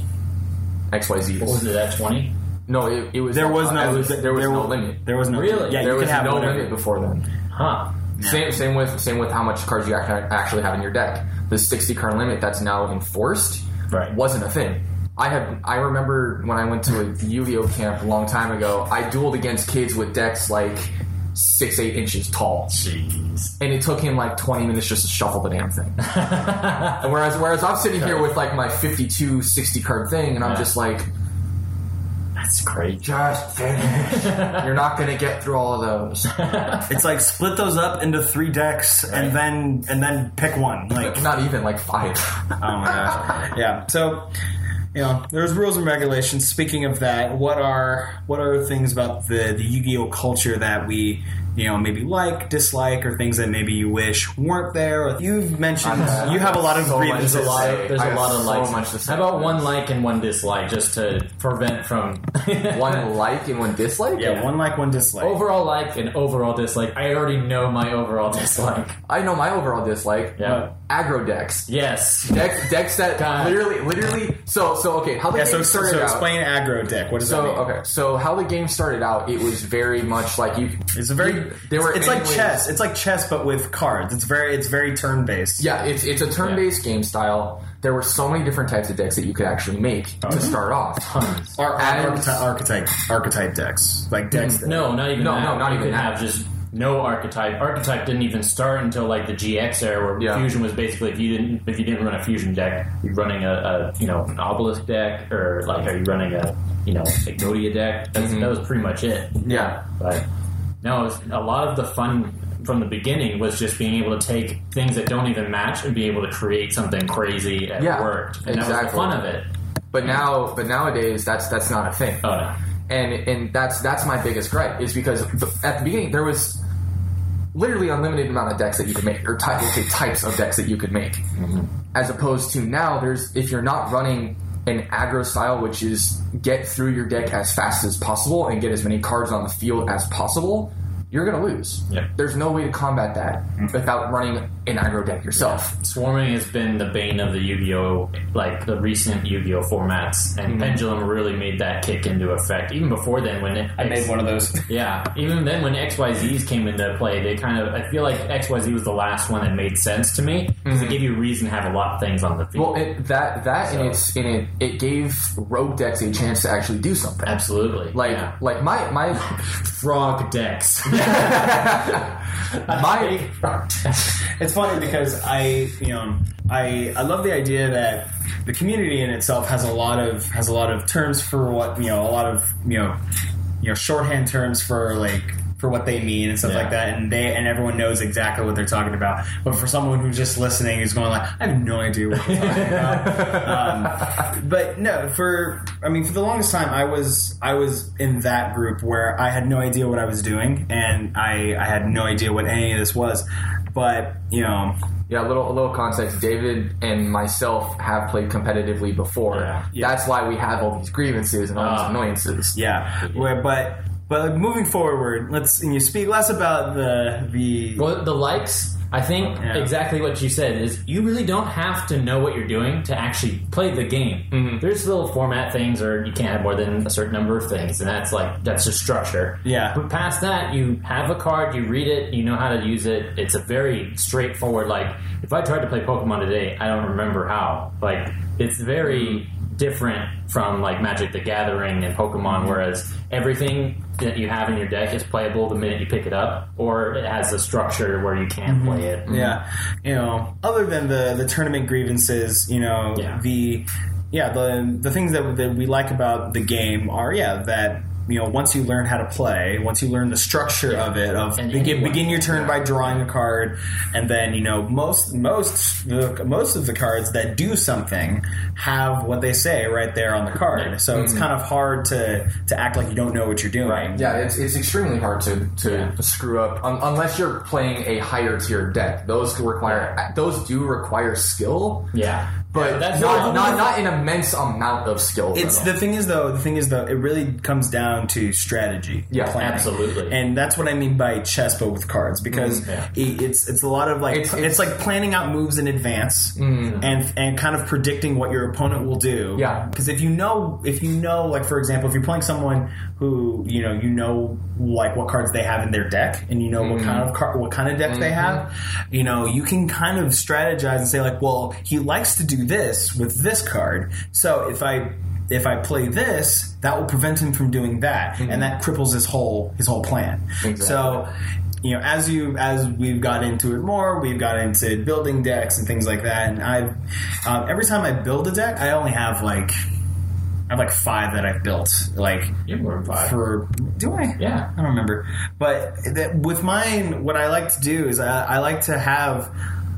S2: XYZ.
S3: what was it, that 20?
S2: No, it, it was.
S1: There was no
S2: it there was no limit.
S1: There was no
S3: Really?
S1: Yeah,
S2: there
S1: you
S2: was
S1: could have
S2: no
S1: whatever-
S2: limit before then.
S3: Huh.
S2: Same same with same with how much cards you act- actually have in your deck. The 60 card limit that's now enforced
S3: Right.
S2: wasn't a thing. I have I remember when I went to a Yu-Gi-Oh camp a long time ago. I dueled against kids with decks like six eight inches tall.
S3: Jeez.
S2: and it took him like 20 minutes just to shuffle the damn thing. and whereas whereas I'm sitting here with like my 52 60 card thing and I'm
S3: Yeah.
S2: just like
S3: That's crazy.
S2: just finish. You're not going to get through all of those.
S1: It's like split those up into three decks and then and then pick one. Like
S2: not even like 5.
S1: Oh my gosh. Yeah. So, you know, there's rules and regulations. Speaking of that, what are what are things about the the Yu-Gi-Oh culture that we you know maybe like, dislike, or things that maybe you wish weren't there? You've mentioned
S2: Uh,
S1: you have a lot of
S2: so much
S1: grievances.
S2: to
S3: lot-
S2: say.
S3: there's
S2: I
S3: a
S2: have
S3: lot of
S2: so
S3: likes.
S2: much to say.
S3: How about one like and one dislike, just to prevent from
S2: one like and one dislike?
S1: yeah, one like, one dislike.
S3: overall like and overall dislike? I already know my overall dislike.
S2: I know my overall dislike.
S3: Yeah.
S2: Aggro decks.
S3: Yes.
S2: Decks decks that
S3: God.
S2: literally literally so so okay, how the
S1: yeah.
S2: game
S1: So, so,
S2: started
S1: so
S2: out.
S1: explain aggro deck. What does
S2: So uh,
S1: that mean?
S2: okay, so how the game started out, it was very much like you.
S1: It's a very.
S2: you- there were
S1: it's like
S2: anyways-
S1: chess. It's like chess, but with cards. It's very. It's very turn based.
S2: Yeah, it's it's a turn-based game style. There were so many different types of decks that you could actually make
S1: Oh,
S2: to start off.
S3: Tons.
S1: Or
S2: And- Mhm.
S1: archetype, archetype archetype decks like decks. that-
S3: No, not even
S2: No,
S3: that.
S2: no, not
S3: you
S2: even
S3: could
S2: that.
S3: have just no archetype. Archetype didn't even start until like the GX era, where
S2: Yeah.
S3: fusion was basically if you didn't if you didn't run a fusion deck, you're running a, a you know an obelisk deck, or like are you running a you know Ignodia deck? That's,
S2: Mm-hmm.
S3: That was pretty much it.
S2: Yeah,
S3: But no, it was, a lot of the fun from the beginning was just being able to take things that don't even match and be able to create something crazy that
S2: Yeah,
S3: worked, and that was the
S2: exactly.
S3: fun of it.
S2: but now, but nowadays, that's that's not a thing.
S3: Oh no.
S2: and and that's that's my biggest gripe is because the, at the beginning there was literally unlimited amount of decks that you could make or ty- okay, types of decks that you could make
S3: Mm-hmm.
S2: as opposed to now there's if you're not running an aggro style which is get through your deck as fast as possible and get as many cards on the field as possible you're gonna lose
S3: Yeah. Mm-hmm.
S2: there's no way to combat that without running an aggro deck yourself
S3: Swarming has been the bane of the Yu-Gi-Oh, like the recent Yu-Gi-Oh formats,
S1: Mm-hmm.
S3: and Pendulum really made that kick into effect. Even before then, when it,
S1: I made one of those.
S3: yeah, even then when XYZs came into play, they kind of I feel like XYZ was the last one that made sense to me because
S1: Mm-hmm.
S3: it gave you a reason to have a lot of things on the field.
S2: well it, that that
S3: So-
S2: and it's and it it gave rogue decks a chance to actually do something
S3: Absolutely,
S2: like
S3: yeah.
S2: like my my
S3: frog decks.
S2: my
S1: It's funny because I, you know, I I love the idea that the community in itself has a lot of has a lot of terms for what you know, a lot of you know, you know, shorthand terms for like for what they mean and stuff
S3: Yeah.
S1: like that, and they and everyone knows exactly what they're talking about. But for someone who's just listening, who's going like, I have no idea what they're talking about. Um, but no, for I mean, for the longest time, I was I was in that group where I had no idea what I was doing, and I I had no idea what any of this was. But you know,
S2: yeah, a little a little context. David and myself have played competitively before.
S3: Yeah.
S1: Yeah.
S2: That's why we have all these grievances and all
S3: Ah.
S2: these annoyances.
S1: Yeah, Where, but but moving forward, let's and you speak less about the the
S3: Well, the likes, I think
S1: Yeah.
S3: exactly what you said is you really don't have to know what you're doing to actually play the game. There's little format things, or you can't have more than a certain number of things, and that's like that's just structure.
S1: Yeah.
S3: But past that, you have a card, you read it, you know how to use it. It's a very straightforward. Like if I tried to play Pokemon today, I don't remember how. Like it's very different from like Magic the Gathering and Pokemon, whereas everything that you have in your deck is playable the minute you pick it up, or it has a structure where you can play it.
S1: Mm-hmm. Yeah,
S3: Mm-hmm.
S1: you know, other than the the tournament grievances, you know,
S3: Yeah.
S1: the yeah the the things that, that we like about the game are yeah that you know once you learn how to play, once you learn the structure of it, of
S3: And
S1: begin
S3: anyone-
S1: begin your turn by drawing a card, and then you know most most the, most of the cards that do something have what they say right there on the card. So it's kind of hard to to act like you don't know what you're doing.
S3: Mm-hmm. Right.
S2: Yeah, it's, it's extremely hard to, to screw up un- unless you're playing a higher tier deck. Those require those do require skill,
S3: Yeah,
S2: but
S3: Yeah, that's
S2: not,
S3: not-
S2: not not an immense amount of skill.
S1: It's
S2: though.
S1: the thing is though. The thing is though. It really comes down to strategy.
S2: Yeah,
S1: planning.
S3: absolutely.
S1: And that's what I mean by chess, but with cards, because
S3: Mhm, yeah.
S1: it- it's it's a lot of like
S2: It's-
S1: it's,
S2: it's-
S1: like planning out moves in advance and and kind of predicting what your opponent will do.
S2: Yeah.
S1: Because if you know if you know like for example if you're playing someone who you know you know like what cards they have in their deck and you know what kind of car- what kind of deck they have, you know you can kind of strategize and say like well he likes to do this with this card so if I. If I play this, that will prevent him from doing that, and that cripples his whole his whole plan.
S2: Exactly.
S1: So, you know, as you as we've got into it more, we've got into building decks and things like that. And I, um, every time I build a deck, I only have like I have like five that I've built. Like
S3: you're more than five.
S1: for do I?
S3: Yeah.
S1: I don't remember. But that, with mine, what I like to do is I, I like to have.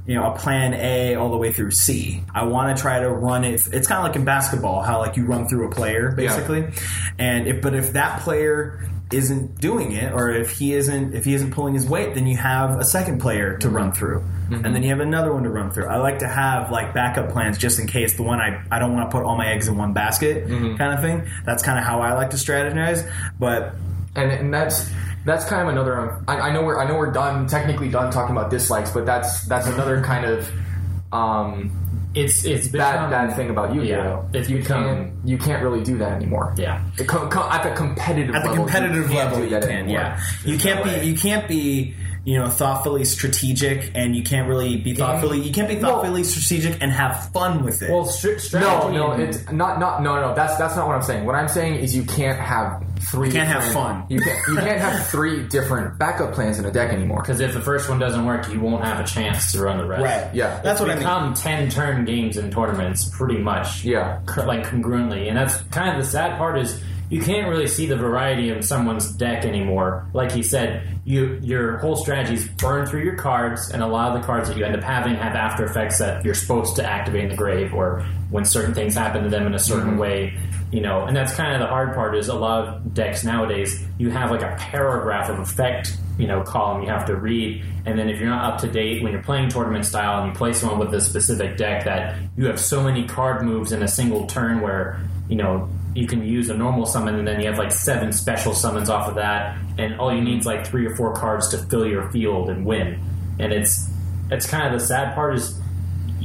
S1: You know, a plan A all the way through C. I want to try to run it. It's kind of like in basketball, how like you run through a player basically, and if but if that player isn't doing it, or if he isn't if he isn't pulling his weight, then you have a second player to run through, and then you have another one to run through. I like to have like backup plans just in case the one I I don't want to put all my eggs in one basket kind of thing. That's kind of how I like to strategize, but
S2: and, and that's that's kind of another. um, I, I know we're I know we're done technically done talking about dislikes, but that's that's another kind of um,
S3: It's it's
S2: bad
S3: become-
S2: bad thing about you.
S3: Yeah, it's
S2: you
S3: become-
S2: can't you can't really do that anymore.
S3: Yeah,
S2: The co- co- at the competitive
S1: at the
S2: level,
S1: competitive
S2: you can't
S1: level
S2: do
S1: you
S2: that
S1: can
S2: anymore.
S1: yeah you can't
S3: no way.
S1: be you can't be you know thoughtfully strategic and you can't really be thoughtfully you can't be thoughtfully strategic and have fun with it
S3: well, str-
S2: No,
S3: strategy.
S2: no,
S3: and-
S2: it's not, not, no, no. That's that's not what I'm saying. What I'm saying is you can't have three.
S1: You can't have
S2: different-
S1: fun.
S2: You can't, you can't have three different backup plans in a deck anymore.
S3: Because if the first one doesn't work, you won't have a chance to run the rest.
S1: right
S2: yeah.
S1: that's what i mean
S3: Become ten turn games in tournaments, pretty much.
S2: Yeah.
S3: cr- like congruently, and that's kind of the sad part is you can't really see the variety in someone's deck anymore. Like he said, you your whole strategy is burn through your cards, and a lot of the cards that you end up having have after effects that you're supposed to activate in the grave, or when certain things happen to them in a certain way. You know, and that's kind of the hard part is a lot of decks nowadays you have like a paragraph of effect you know column you have to read and then if you're not up to date when you're playing tournament style and you play someone with a specific deck that you have so many card moves in a single turn where you know you can use a normal summon and then you have like seven special summons off of that and all you need is like three or four cards to fill your field and win and it's it's kind of the sad part is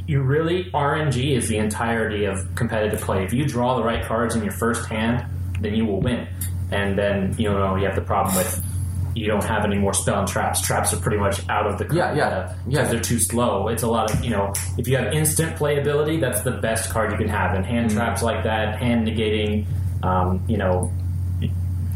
S3: you really RNG is the entirety of competitive play. If you draw the right cards in your first hand, then you will win. And then you know you have the problem with you don't have any more spell and traps. Traps are pretty much out of the
S2: Yeah,
S3: card
S2: yeah,
S3: meta
S2: yeah.
S3: because they're too slow. It's a lot of you know if you have instant playability, that's the best card you can have. And
S2: Mm.
S3: hand traps like that, hand negating, um, you know,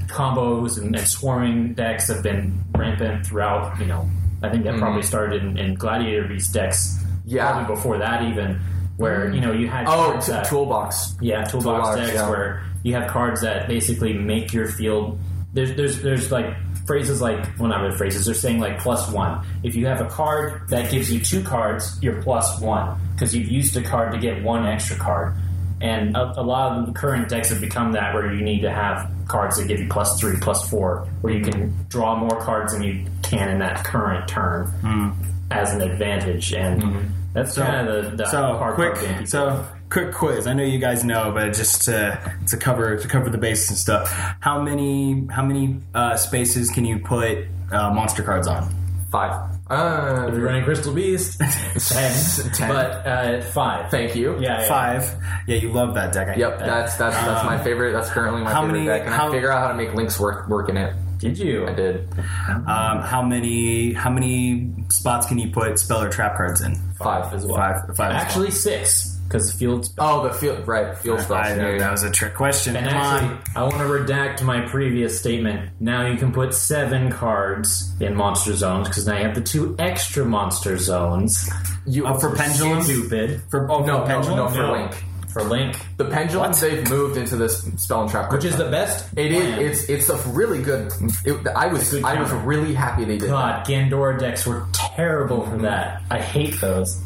S3: combos and, and swarming decks have been rampant throughout. You know, I think that probably started in, in Gladiator Beast decks.
S2: Mm-hmm. Yeah.
S3: probably before that even, where you know you had
S2: Oh,
S3: cards
S2: t-
S3: that-
S2: toolbox.
S3: yeah toolbox,
S2: Toolbox,
S3: decks
S2: yeah.
S3: where you have cards that basically make your field. There's there's there's like phrases like well not really phrases they're saying like plus one. If you have a card that gives you two cards, you're plus one because you've used a card to get one extra card. And a, a lot of the current decks have become that where you need to have cards that give you plus three, plus four, where you can draw more cards than you can in that current turn as an advantage. And that's kind of the, the
S1: Hmm. so
S3: hard part of being-
S1: quick so quick quiz i know you guys know but just to, to cover to cover the bases and stuff how many how many uh, spaces can you put uh, monster cards on
S2: Five.
S3: We're
S2: Uh,
S3: running Crystal Beast. Ten.
S2: Ten.
S3: But uh, five.
S2: thank you.
S3: Yeah, yeah.
S1: five yeah you love that deck I hate
S2: Yep.
S1: that.
S2: That's that's that's my favorite. That's currently my
S1: how
S2: favorite
S1: many-
S2: deck, and I
S1: how-
S2: figure out how to make links work work in it.
S3: Did you?
S2: I did
S1: um, how many how many spots can you put spell or trap cards in
S2: five.
S3: as well.
S1: five five
S3: Actually, six. because field spell.
S2: Oh, the field right field spells.
S1: I
S2: yeah,
S1: know that
S2: yeah.
S1: was a trick question.
S3: And
S1: Come
S3: actually,
S1: on.
S3: I want to redact my previous statement. Now you can put seven cards in monster zones because now you have the two extra monster zones.
S2: You
S1: Oh, for pendulum?
S3: Stupid
S1: For, oh,
S2: No,
S1: for
S2: no,
S1: pendulum?
S2: no, for
S3: No.
S2: Link.
S3: for Link,
S2: The pendulum they've moved into this spell and trap,
S3: which is the best.
S2: It is.
S3: plan.
S2: It's it's a really good. It, I was
S3: good
S2: I was
S3: counter.
S2: really happy they did. that.
S3: God, Gandora decks were terrible for that. I hate those.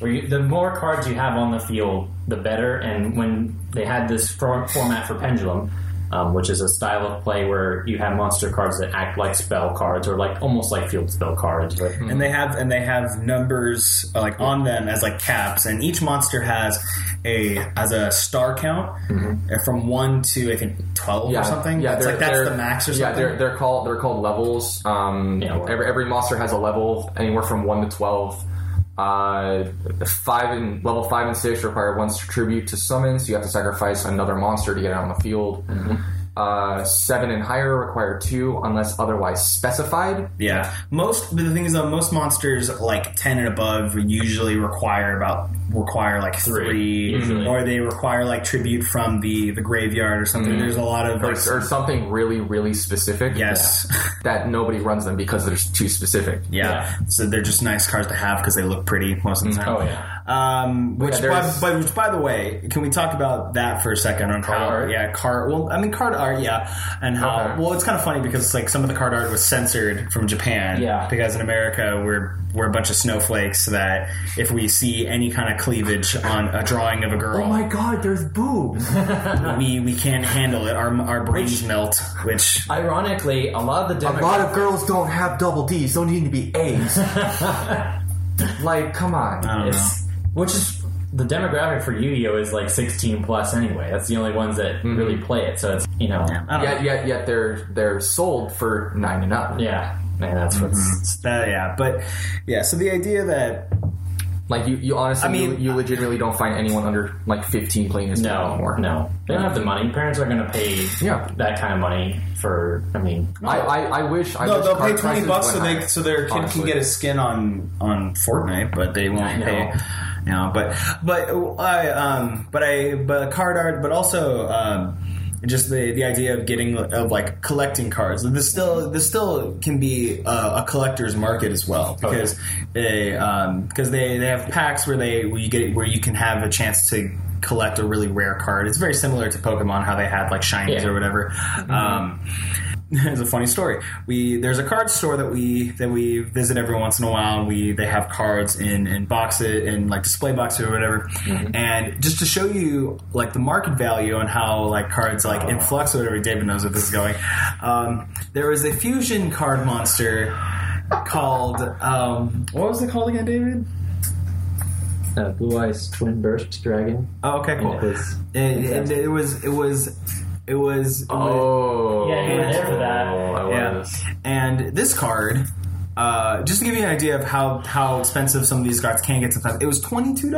S3: Where you, the more cards you have on the field, the better. And when they had this for, format for Pendulum, um, which is a style of play where you have monster cards that act like spell cards or like almost like field spell cards, but
S1: and they have and they have numbers uh, like on them as like caps, and each monster has a as a star count uh, from one to I think twelve
S2: Yeah,
S1: or something.
S2: Yeah,
S1: it's
S2: they're-
S1: like that's
S2: they're-
S1: the max or
S2: Yeah,
S1: something.
S2: they're, they're called they're called levels. Um,
S3: Yeah, well-
S2: every every monster has a level anywhere from one to twelve. Uh, five and level five and six require one tribute to summon, so you have to sacrifice another monster to get it on the field.
S1: Mm-hmm.
S2: Uh, seven and higher require two unless otherwise specified.
S1: yeah, most but the thing is though, most monsters like ten and above usually require about require like
S3: Three,
S1: three,
S3: usually.
S1: or they require like tribute from the the graveyard or something. There's a lot of
S2: Or,
S1: like,
S2: or something really, really specific.
S1: yes,
S2: That nobody runs them because they're too specific.
S1: yeah. So they're just nice cards to have because they look pretty most of the time.
S3: oh yeah,
S1: Um, which,
S2: Yeah, there's-
S1: by, but which, by the way, can we talk about that for a second on
S2: Card
S1: how?
S2: art?
S1: Yeah, card. Well, I mean, card art. Yeah, and how?
S2: Okay.
S1: Well, it's kind of funny because like some of the card art was censored from Japan.
S3: Yeah.
S1: because in America we're we're a bunch of snowflakes that if we see any kind of cleavage on a drawing of a girl,
S2: Oh god, there's boobs.
S1: we we can't handle it. Our our brains melt. Which
S3: ironically, a lot of the
S2: A lot
S3: demographics
S2: of girls don't have double D's. Don't need to be A's. like, come on.
S1: I don't know.
S3: It's- Which is the demographic for Yu-Gi-Oh is like 16 plus anyway. That's the only ones that really play it. So it's you know,
S1: I don't know.
S2: Yet, yet, yet they're they're sold for nine and up.
S3: yeah, man, that's what's
S1: That, uh, yeah, but yeah. So the idea that
S2: Like you, you honestly,
S1: I mean-
S2: you, you legitimately don't find anyone under like fifteen playing this game
S3: No,
S2: anymore.
S3: no. They don't have the money. Parents are going to pay
S2: Yeah.
S3: that kind of money for. I mean,
S2: I, I, I wish. I
S1: No,
S2: wish
S1: they'll
S2: card
S1: pay twenty
S2: prices
S1: bucks
S2: went
S1: so they
S2: higher,
S1: so their kid
S2: honestly.
S1: can get a skin on on Fortnite, but they won't
S3: know.
S1: pay. You know, but but I um but I but card art, but also um just the the idea of getting of like collecting cards. This still this still can be uh, a, a collector's market as well
S2: Oh,
S1: because they um because they they have packs where they where you get where you can have a chance to collect a really rare card. It's very similar to Pokemon how they had like shinies
S3: Yeah.
S1: or whatever.
S2: Mm-hmm.
S1: Um, it's a funny story. We there's a card store that we that we visit every once in a while. We they have cards in in boxes in like display boxes or whatever, and just to show you like the market value on how like cards like in flux or whatever. David knows where this is going. Um, there was a fusion card monster called um, what was it called again, David?
S3: uh, Blue Eyes Twin Burst Dragon.
S1: Oh, okay, cool. And, and it was it was it was
S2: Oh,
S3: Yeah, you were there for that.
S2: Oh, I
S1: Yeah.
S2: was.
S1: And this card, uh, just to give you an idea of how, how expensive some of these cards can get sometimes, it was $22?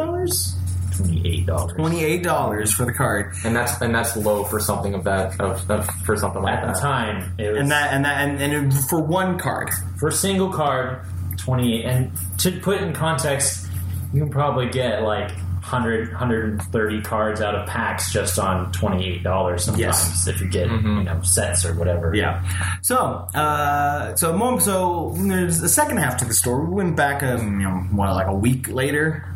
S3: Twenty-eight dollars.
S1: $28 for the card.
S2: and that's and that's low for something of that of, of for something like
S3: At the
S2: that.
S3: time, it was
S1: And that, and that, and, and it- for one card.
S3: for a single card, twenty-eight. And to put in context, you can probably get like. 100, 130 cards out of packs just on $28 sometimes
S1: Yes. Mm-hmm.
S3: if you get you know sets or whatever
S1: Yeah. So, uh, so mom, so there's the second half to the story. We went back, um, you know, what, like a week later,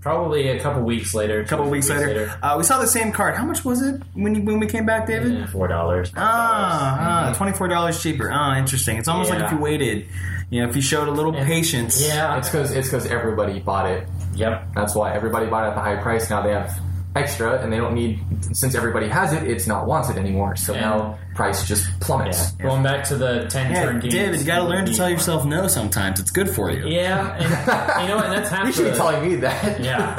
S3: probably a couple weeks later a
S1: couple weeks later. Uh, we saw the same card. How much was it when you, when we came back, David?
S3: four dollars
S1: Mm. Ah, ah, twenty four dollars cheaper. Ah, interesting. It's almost like
S3: Yeah.
S1: if you waited, you know, if you showed a little
S3: And-
S1: patience.
S3: yeah
S2: It's because it's because everybody bought it
S3: yep
S2: That's why everybody bought it at the high price. Now they have extra, and they don't need. Since everybody has it, it's not wanted anymore. So
S3: Yeah.
S2: now price just plummets.
S3: Yeah. Going back to the 10
S1: Yeah,
S3: turn game.
S1: David, you got to learn to tell yourself no. Sometimes it's good for you.
S3: Yeah, and, you know, and that's half
S2: You should
S3: the,
S2: be telling me that.
S3: Yeah.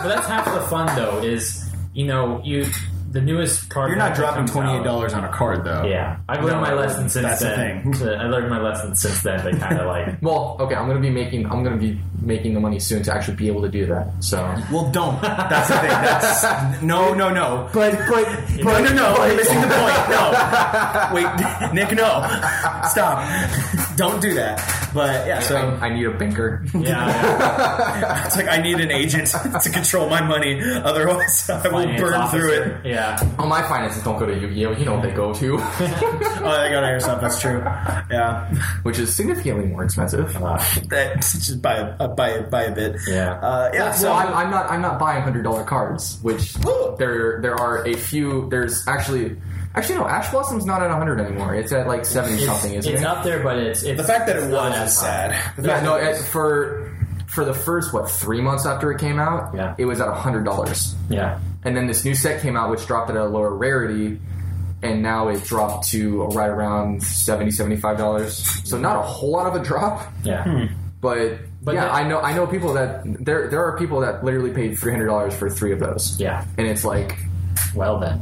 S3: but that's half the fun, though, is, you know, you the newest card.
S1: You're not
S3: that
S1: dropping
S3: comes
S1: twenty eight
S3: out-
S1: dollars on a card though.
S3: Yeah. I've learned
S2: No,
S3: my lesson since
S1: that's the
S3: then. I learned my lesson since then. They kind of like.
S2: Well, okay, I'm gonna be making. I'm gonna be making the money soon to actually be able to do that. So.
S1: Well, don't. That's the thing. That's, no, no, no.
S2: But but
S1: No, no, no. You're missing the point. No, Wait, Nick, no, stop! Don't do that. But yeah, so
S2: I, I need a banker.
S3: Yeah, yeah.
S1: it's like I need an agent to control my money, otherwise I will
S3: Finance
S1: burn through
S3: officer.
S1: it.
S3: Yeah.
S2: All my finances don't go to Yu-Gi-Oh. You know what they go to,
S1: Oh, they got to air stuff. That's true. Yeah.
S2: which is significantly more expensive.
S1: that just by a by a, by a bit.
S3: Yeah.
S1: uh, yeah.
S2: So
S1: So
S2: I'm, I'm not I'm not buying hundred dollar cards, which there there are a few. There's actually actually no Ash Blossom's not at hundred anymore. It's at like seventy
S3: It's,
S2: something, isn't
S3: it's
S2: it?
S3: up there, but it's, it's
S1: the fact that
S3: it's
S1: it
S3: not
S1: was
S3: as
S1: is
S3: high.
S1: sad. The
S2: yeah,
S1: fact
S2: no,
S1: that-
S2: it, for for the first what three months after it came out,
S3: Yeah.
S2: it was at hundred dollars,
S3: Yeah,
S2: and then this new set came out, which dropped it at a lower rarity. And now it dropped to right around 70 $75. So not a whole lot of a drop.
S3: yeah.
S2: But,
S3: But
S2: yeah,
S3: that-
S2: I know I know people that there there are people that literally paid three hundred dollars for three of those.
S3: Yeah.
S2: and it's like
S3: Well then,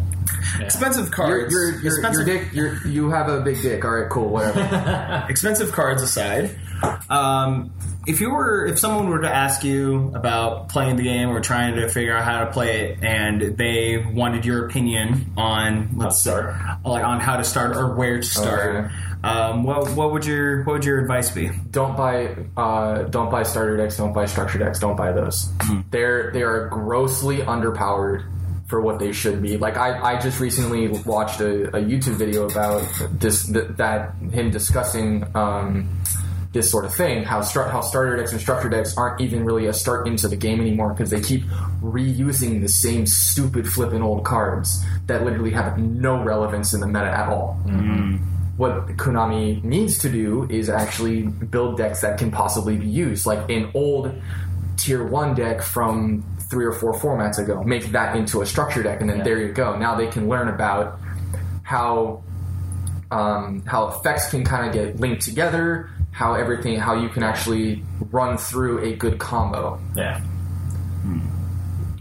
S1: expensive
S2: your
S1: cards,
S2: your your, your
S1: expensive,
S2: dick your, you have a big dick. All right, cool, whatever.
S1: expensive cards aside. Um, if you were, if someone were to ask you about playing the game or trying to figure out how to play it, and they wanted your opinion on let's
S3: start.
S1: like on how to start or where to start, um, what what would your what would your advice be?
S2: don't buy uh, don't buy starter decks. Don't buy structure decks. Don't buy those. They're they are grossly underpowered for what they should be. Like I, I just recently watched a, a YouTube video about this th- that him discussing. Um, this sort of thing, how stru- how starter decks and structure decks aren't even really a start into the game anymore because they keep reusing the same stupid flippin' old cards that literally have no relevance in the meta at all. What Konami needs to do is actually build decks that can possibly be used, like an old tier one deck from three or four formats ago. Make that into a structure deck, and then there you go. Now they can learn about how um, how effects can kind of get linked together, how everything, how you can actually run through a good combo.
S3: yeah,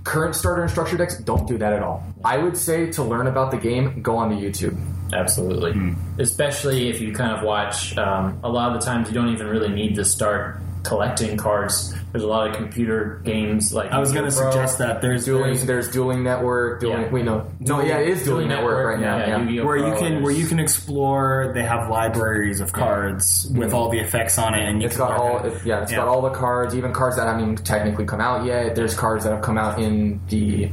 S2: Current starter and structure decks don't do that at all. I would say to learn about the game, go onto YouTube.
S3: absolutely.
S1: Hmm.
S3: Especially if you kind of watch. Um, a lot of the times, you don't even really need to start collecting cards. There's a lot of computer games like
S1: I was going to
S3: Yu-Gi-Oh! Pro,
S1: suggest that there's
S2: Dueling,
S1: there's-
S2: there's Dueling Network. Dueling,
S3: Yeah.
S2: we know. No, yeah, it is Dueling, Network, right now.
S3: Yeah,
S2: Yeah,
S3: Yu-Gi-Oh!
S1: where you
S3: Pro,
S1: can where
S3: there's-
S1: you can explore they have libraries of cards with all the effects on it and you
S2: It's
S1: can
S2: got all,
S1: mark it.
S2: it, yeah, it's
S1: Yeah.
S2: got all the cards, even cards that haven't even technically come out yet. There's cards that have come out in the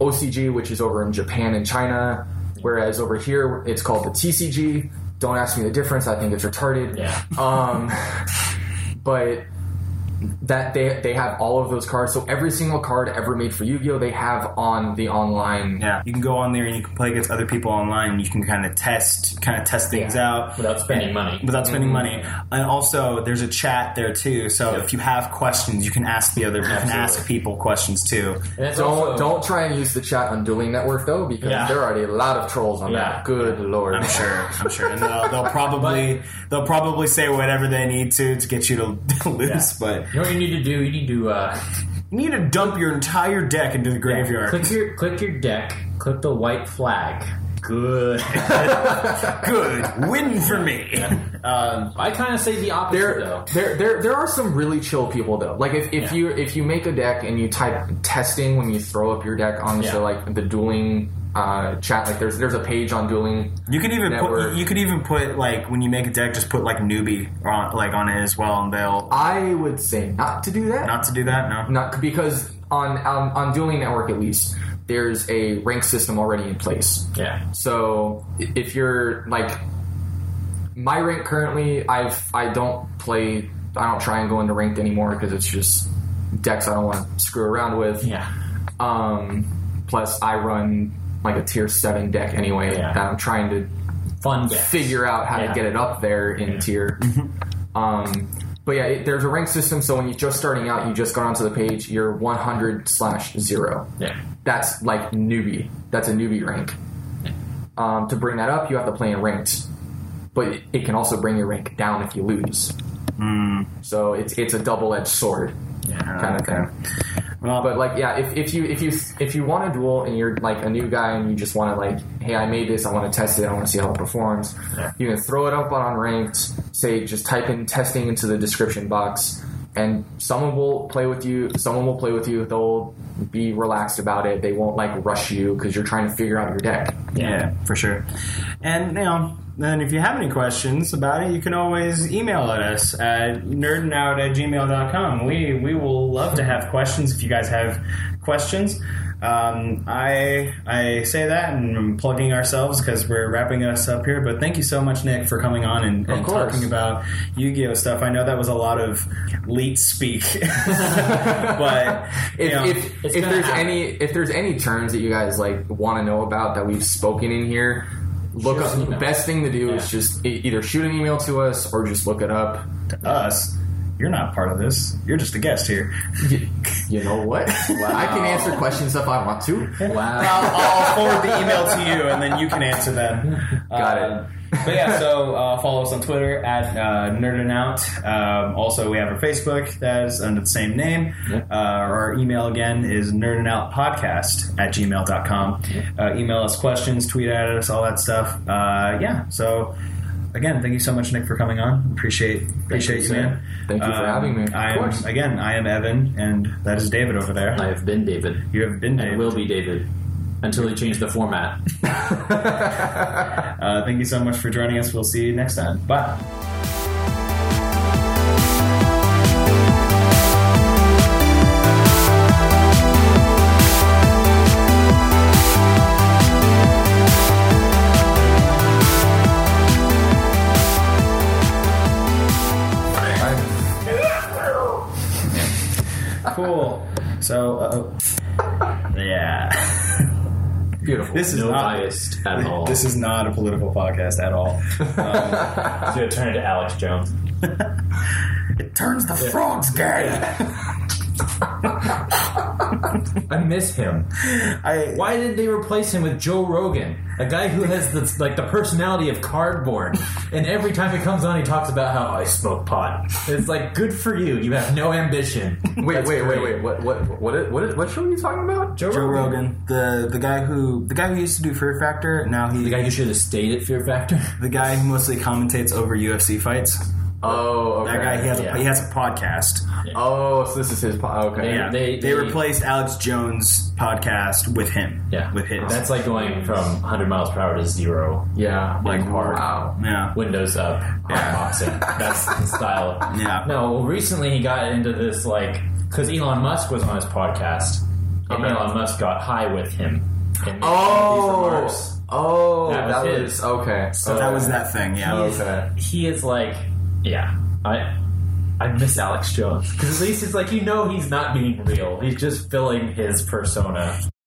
S2: OCG, which is over in Japan and China, whereas over here it's called the TCG. Don't ask me the difference; I think it's retarded.
S3: Yeah.
S2: Um, but that they they have all of those cards. So every single card ever made for Yu-Gi-Oh, they have on the online.
S1: yeah you can go on there and you can play against other people online you can kind of test kind of test things
S2: Yeah.
S1: out
S3: without Mm-hmm. spending money.
S1: without spending money and also there's a chat there too so if you have questions you can ask the other you can
S3: Absolutely.
S1: ask people questions too
S3: And that's
S2: Don't
S3: also-
S2: don't try and use the chat on Dueling Network though, because
S1: Yeah.
S2: there are a lot of trolls on
S3: Yeah.
S2: that. Good lord.
S1: I'm sure. I'm sure, and they'll, they'll probably they'll probably say whatever they need to to get you to lose. But
S3: You know what you need to do? You need to uh,
S1: you need to dump your entire deck into the graveyard.
S3: click your click your deck, click the white flag. Good.
S1: Good win for me. Um,
S3: I kind of say the opposite
S2: there,
S3: though.
S2: there, there, there are some really chill people though. Like if, if
S3: Yeah.
S2: you if you make a deck and you type testing when you throw up your deck on the
S3: Yeah.
S2: show, like the dueling uh, chat, like there's there's a page on dueling.
S1: You could even
S2: Network.
S1: put you could even put like when you make a deck, just put like newbie on like on it as well, and they'll
S2: I would say not to do that,
S1: not to do that. No,
S2: not because on on, on dueling network at least there's a rank system already in place.
S3: Yeah.
S2: So i- if you're like my rank currently, I've I don't play, I don't try and go into ranked anymore because it's just decks I don't want to screw around with.
S3: Yeah.
S2: Um, plus, I run like a tier seven deck anyway,
S3: Yeah.
S2: and I'm trying to
S3: Fun deck.
S2: figure out how
S3: Yeah. Mm-hmm.
S2: to get it up there in tier. um, but yeah, it, there's a rank system, so when you're just starting out, you just got onto the page, you're 100 slash zero.
S3: Yeah.
S2: That's like newbie. That's a newbie rank. Um, to bring that up, you have to play in ranked, but it, it can also bring your rank down if you lose. So it's it's a double edged sword kind of thing.
S1: Oh, well,
S2: Um, But like, yeah, if, if you if you if you want to duel and you're like a new guy and you just want to like, hey, I made this, I want to test it, I want to see how it performs.
S3: Yeah.
S2: You can throw it up on ranked. Say, just type in testing into the description box, and someone will play with you. Someone will play with you. They'll be relaxed about it. They won't like rush you because you're trying to figure out your deck.
S1: Yeah, for sure. And you know, then if you have any questions about it, you can always email at us at nerdandout at gmail.com. We we will love to have questions if you guys have questions. Um, I I say that and I'm plugging ourselves because we're wrapping us up here. But thank you so much, Nick, for coming on and, and
S2: course.
S1: talking about Yu-Gi-Oh stuff. I know that was a lot of leet speak, but you
S2: if,
S1: know,
S2: if, if
S3: It's gonna
S2: there's
S3: happen.
S2: any if there's any terms that you guys like want to know about that we've spoken in here look
S3: Shoot us an
S2: up the
S3: email.
S2: best thing to do
S3: Yeah.
S2: is just e- either shoot an email to us or just look it up
S1: to us, you're not part of this. You're just a guest here.
S2: you, you know what i can answer questions if i want to
S3: Wow.
S1: I'll, I'll forward the email to you, and then you can answer them.
S2: Got it.
S1: Uh, but yeah, so uh, follow us on Twitter at uh, Nerdinout. Um, also, we have our Facebook that is under the same name.
S3: Yeah.
S1: Uh, our email again is nerdinoutpodcast at gmail.com. Uh, email us questions, tweet at us, all that stuff. Uh, yeah, so again, thank you so much, Nick, for coming on. Appreciate appreciate
S3: you,
S1: you,
S3: sir.
S1: man. Um,
S2: Thank you for having me. Of
S1: I am,
S2: course.
S1: again, I am Evan, and that is David over there.
S3: I have been David.
S1: You have been
S3: I
S1: David.
S3: will be David until they change the format.
S1: Uh, thank you so much for joining us. We'll see you next time. Bye. Cool. So, uh, yeah.
S2: beautiful
S1: This is
S3: No
S1: not
S3: biased at all.
S1: This is not a political podcast at all.
S3: going to turn into Alex Jones.
S1: It turns the frogs gay.
S3: I miss him.
S1: I
S3: Why did they replace him with Joe Rogan, a guy who has the, like the personality of cardboard? And every time he comes on, he talks about how I smoke pot. It's like good for you. You have no ambition.
S2: wait
S3: That's
S2: wait wait
S3: great.
S2: wait what what what is- what, is- what show are you talking about
S3: Joe,
S1: Joe
S3: Rogan,
S1: Rogan, the the guy who the guy who used to do Fear Factor, now he
S3: the guy who should have stayed at Fear Factor.
S1: the guy who mostly commentates over UFC fights.
S2: oh okay
S1: That guy he has
S3: Yeah.
S1: a, he has a podcast.
S2: oh so this is his po- okay
S1: Yeah,
S3: they-
S1: they,
S3: they-
S1: replaced Alex Jones' podcast with him.
S3: Yeah,
S1: with his.
S3: That's like going from 100 miles per hour to zero.
S2: yeah
S3: Like hard.
S2: wow
S1: yeah,
S3: Windows up,
S1: Yeah.
S3: boxing. That's the style.
S1: yeah.
S3: No, recently he got into this like because Elon Musk was on his podcast, and
S2: Okay.
S3: Elon Musk got high with him. and made these
S2: oh
S3: remarks.
S2: oh
S3: That was
S2: that
S3: his.
S2: was okay
S1: So that was that thing. Yeah,
S2: okay
S3: he is like, yeah, I. I miss Alex Jones because at least it's like you know he's not being real. He's just filling his persona.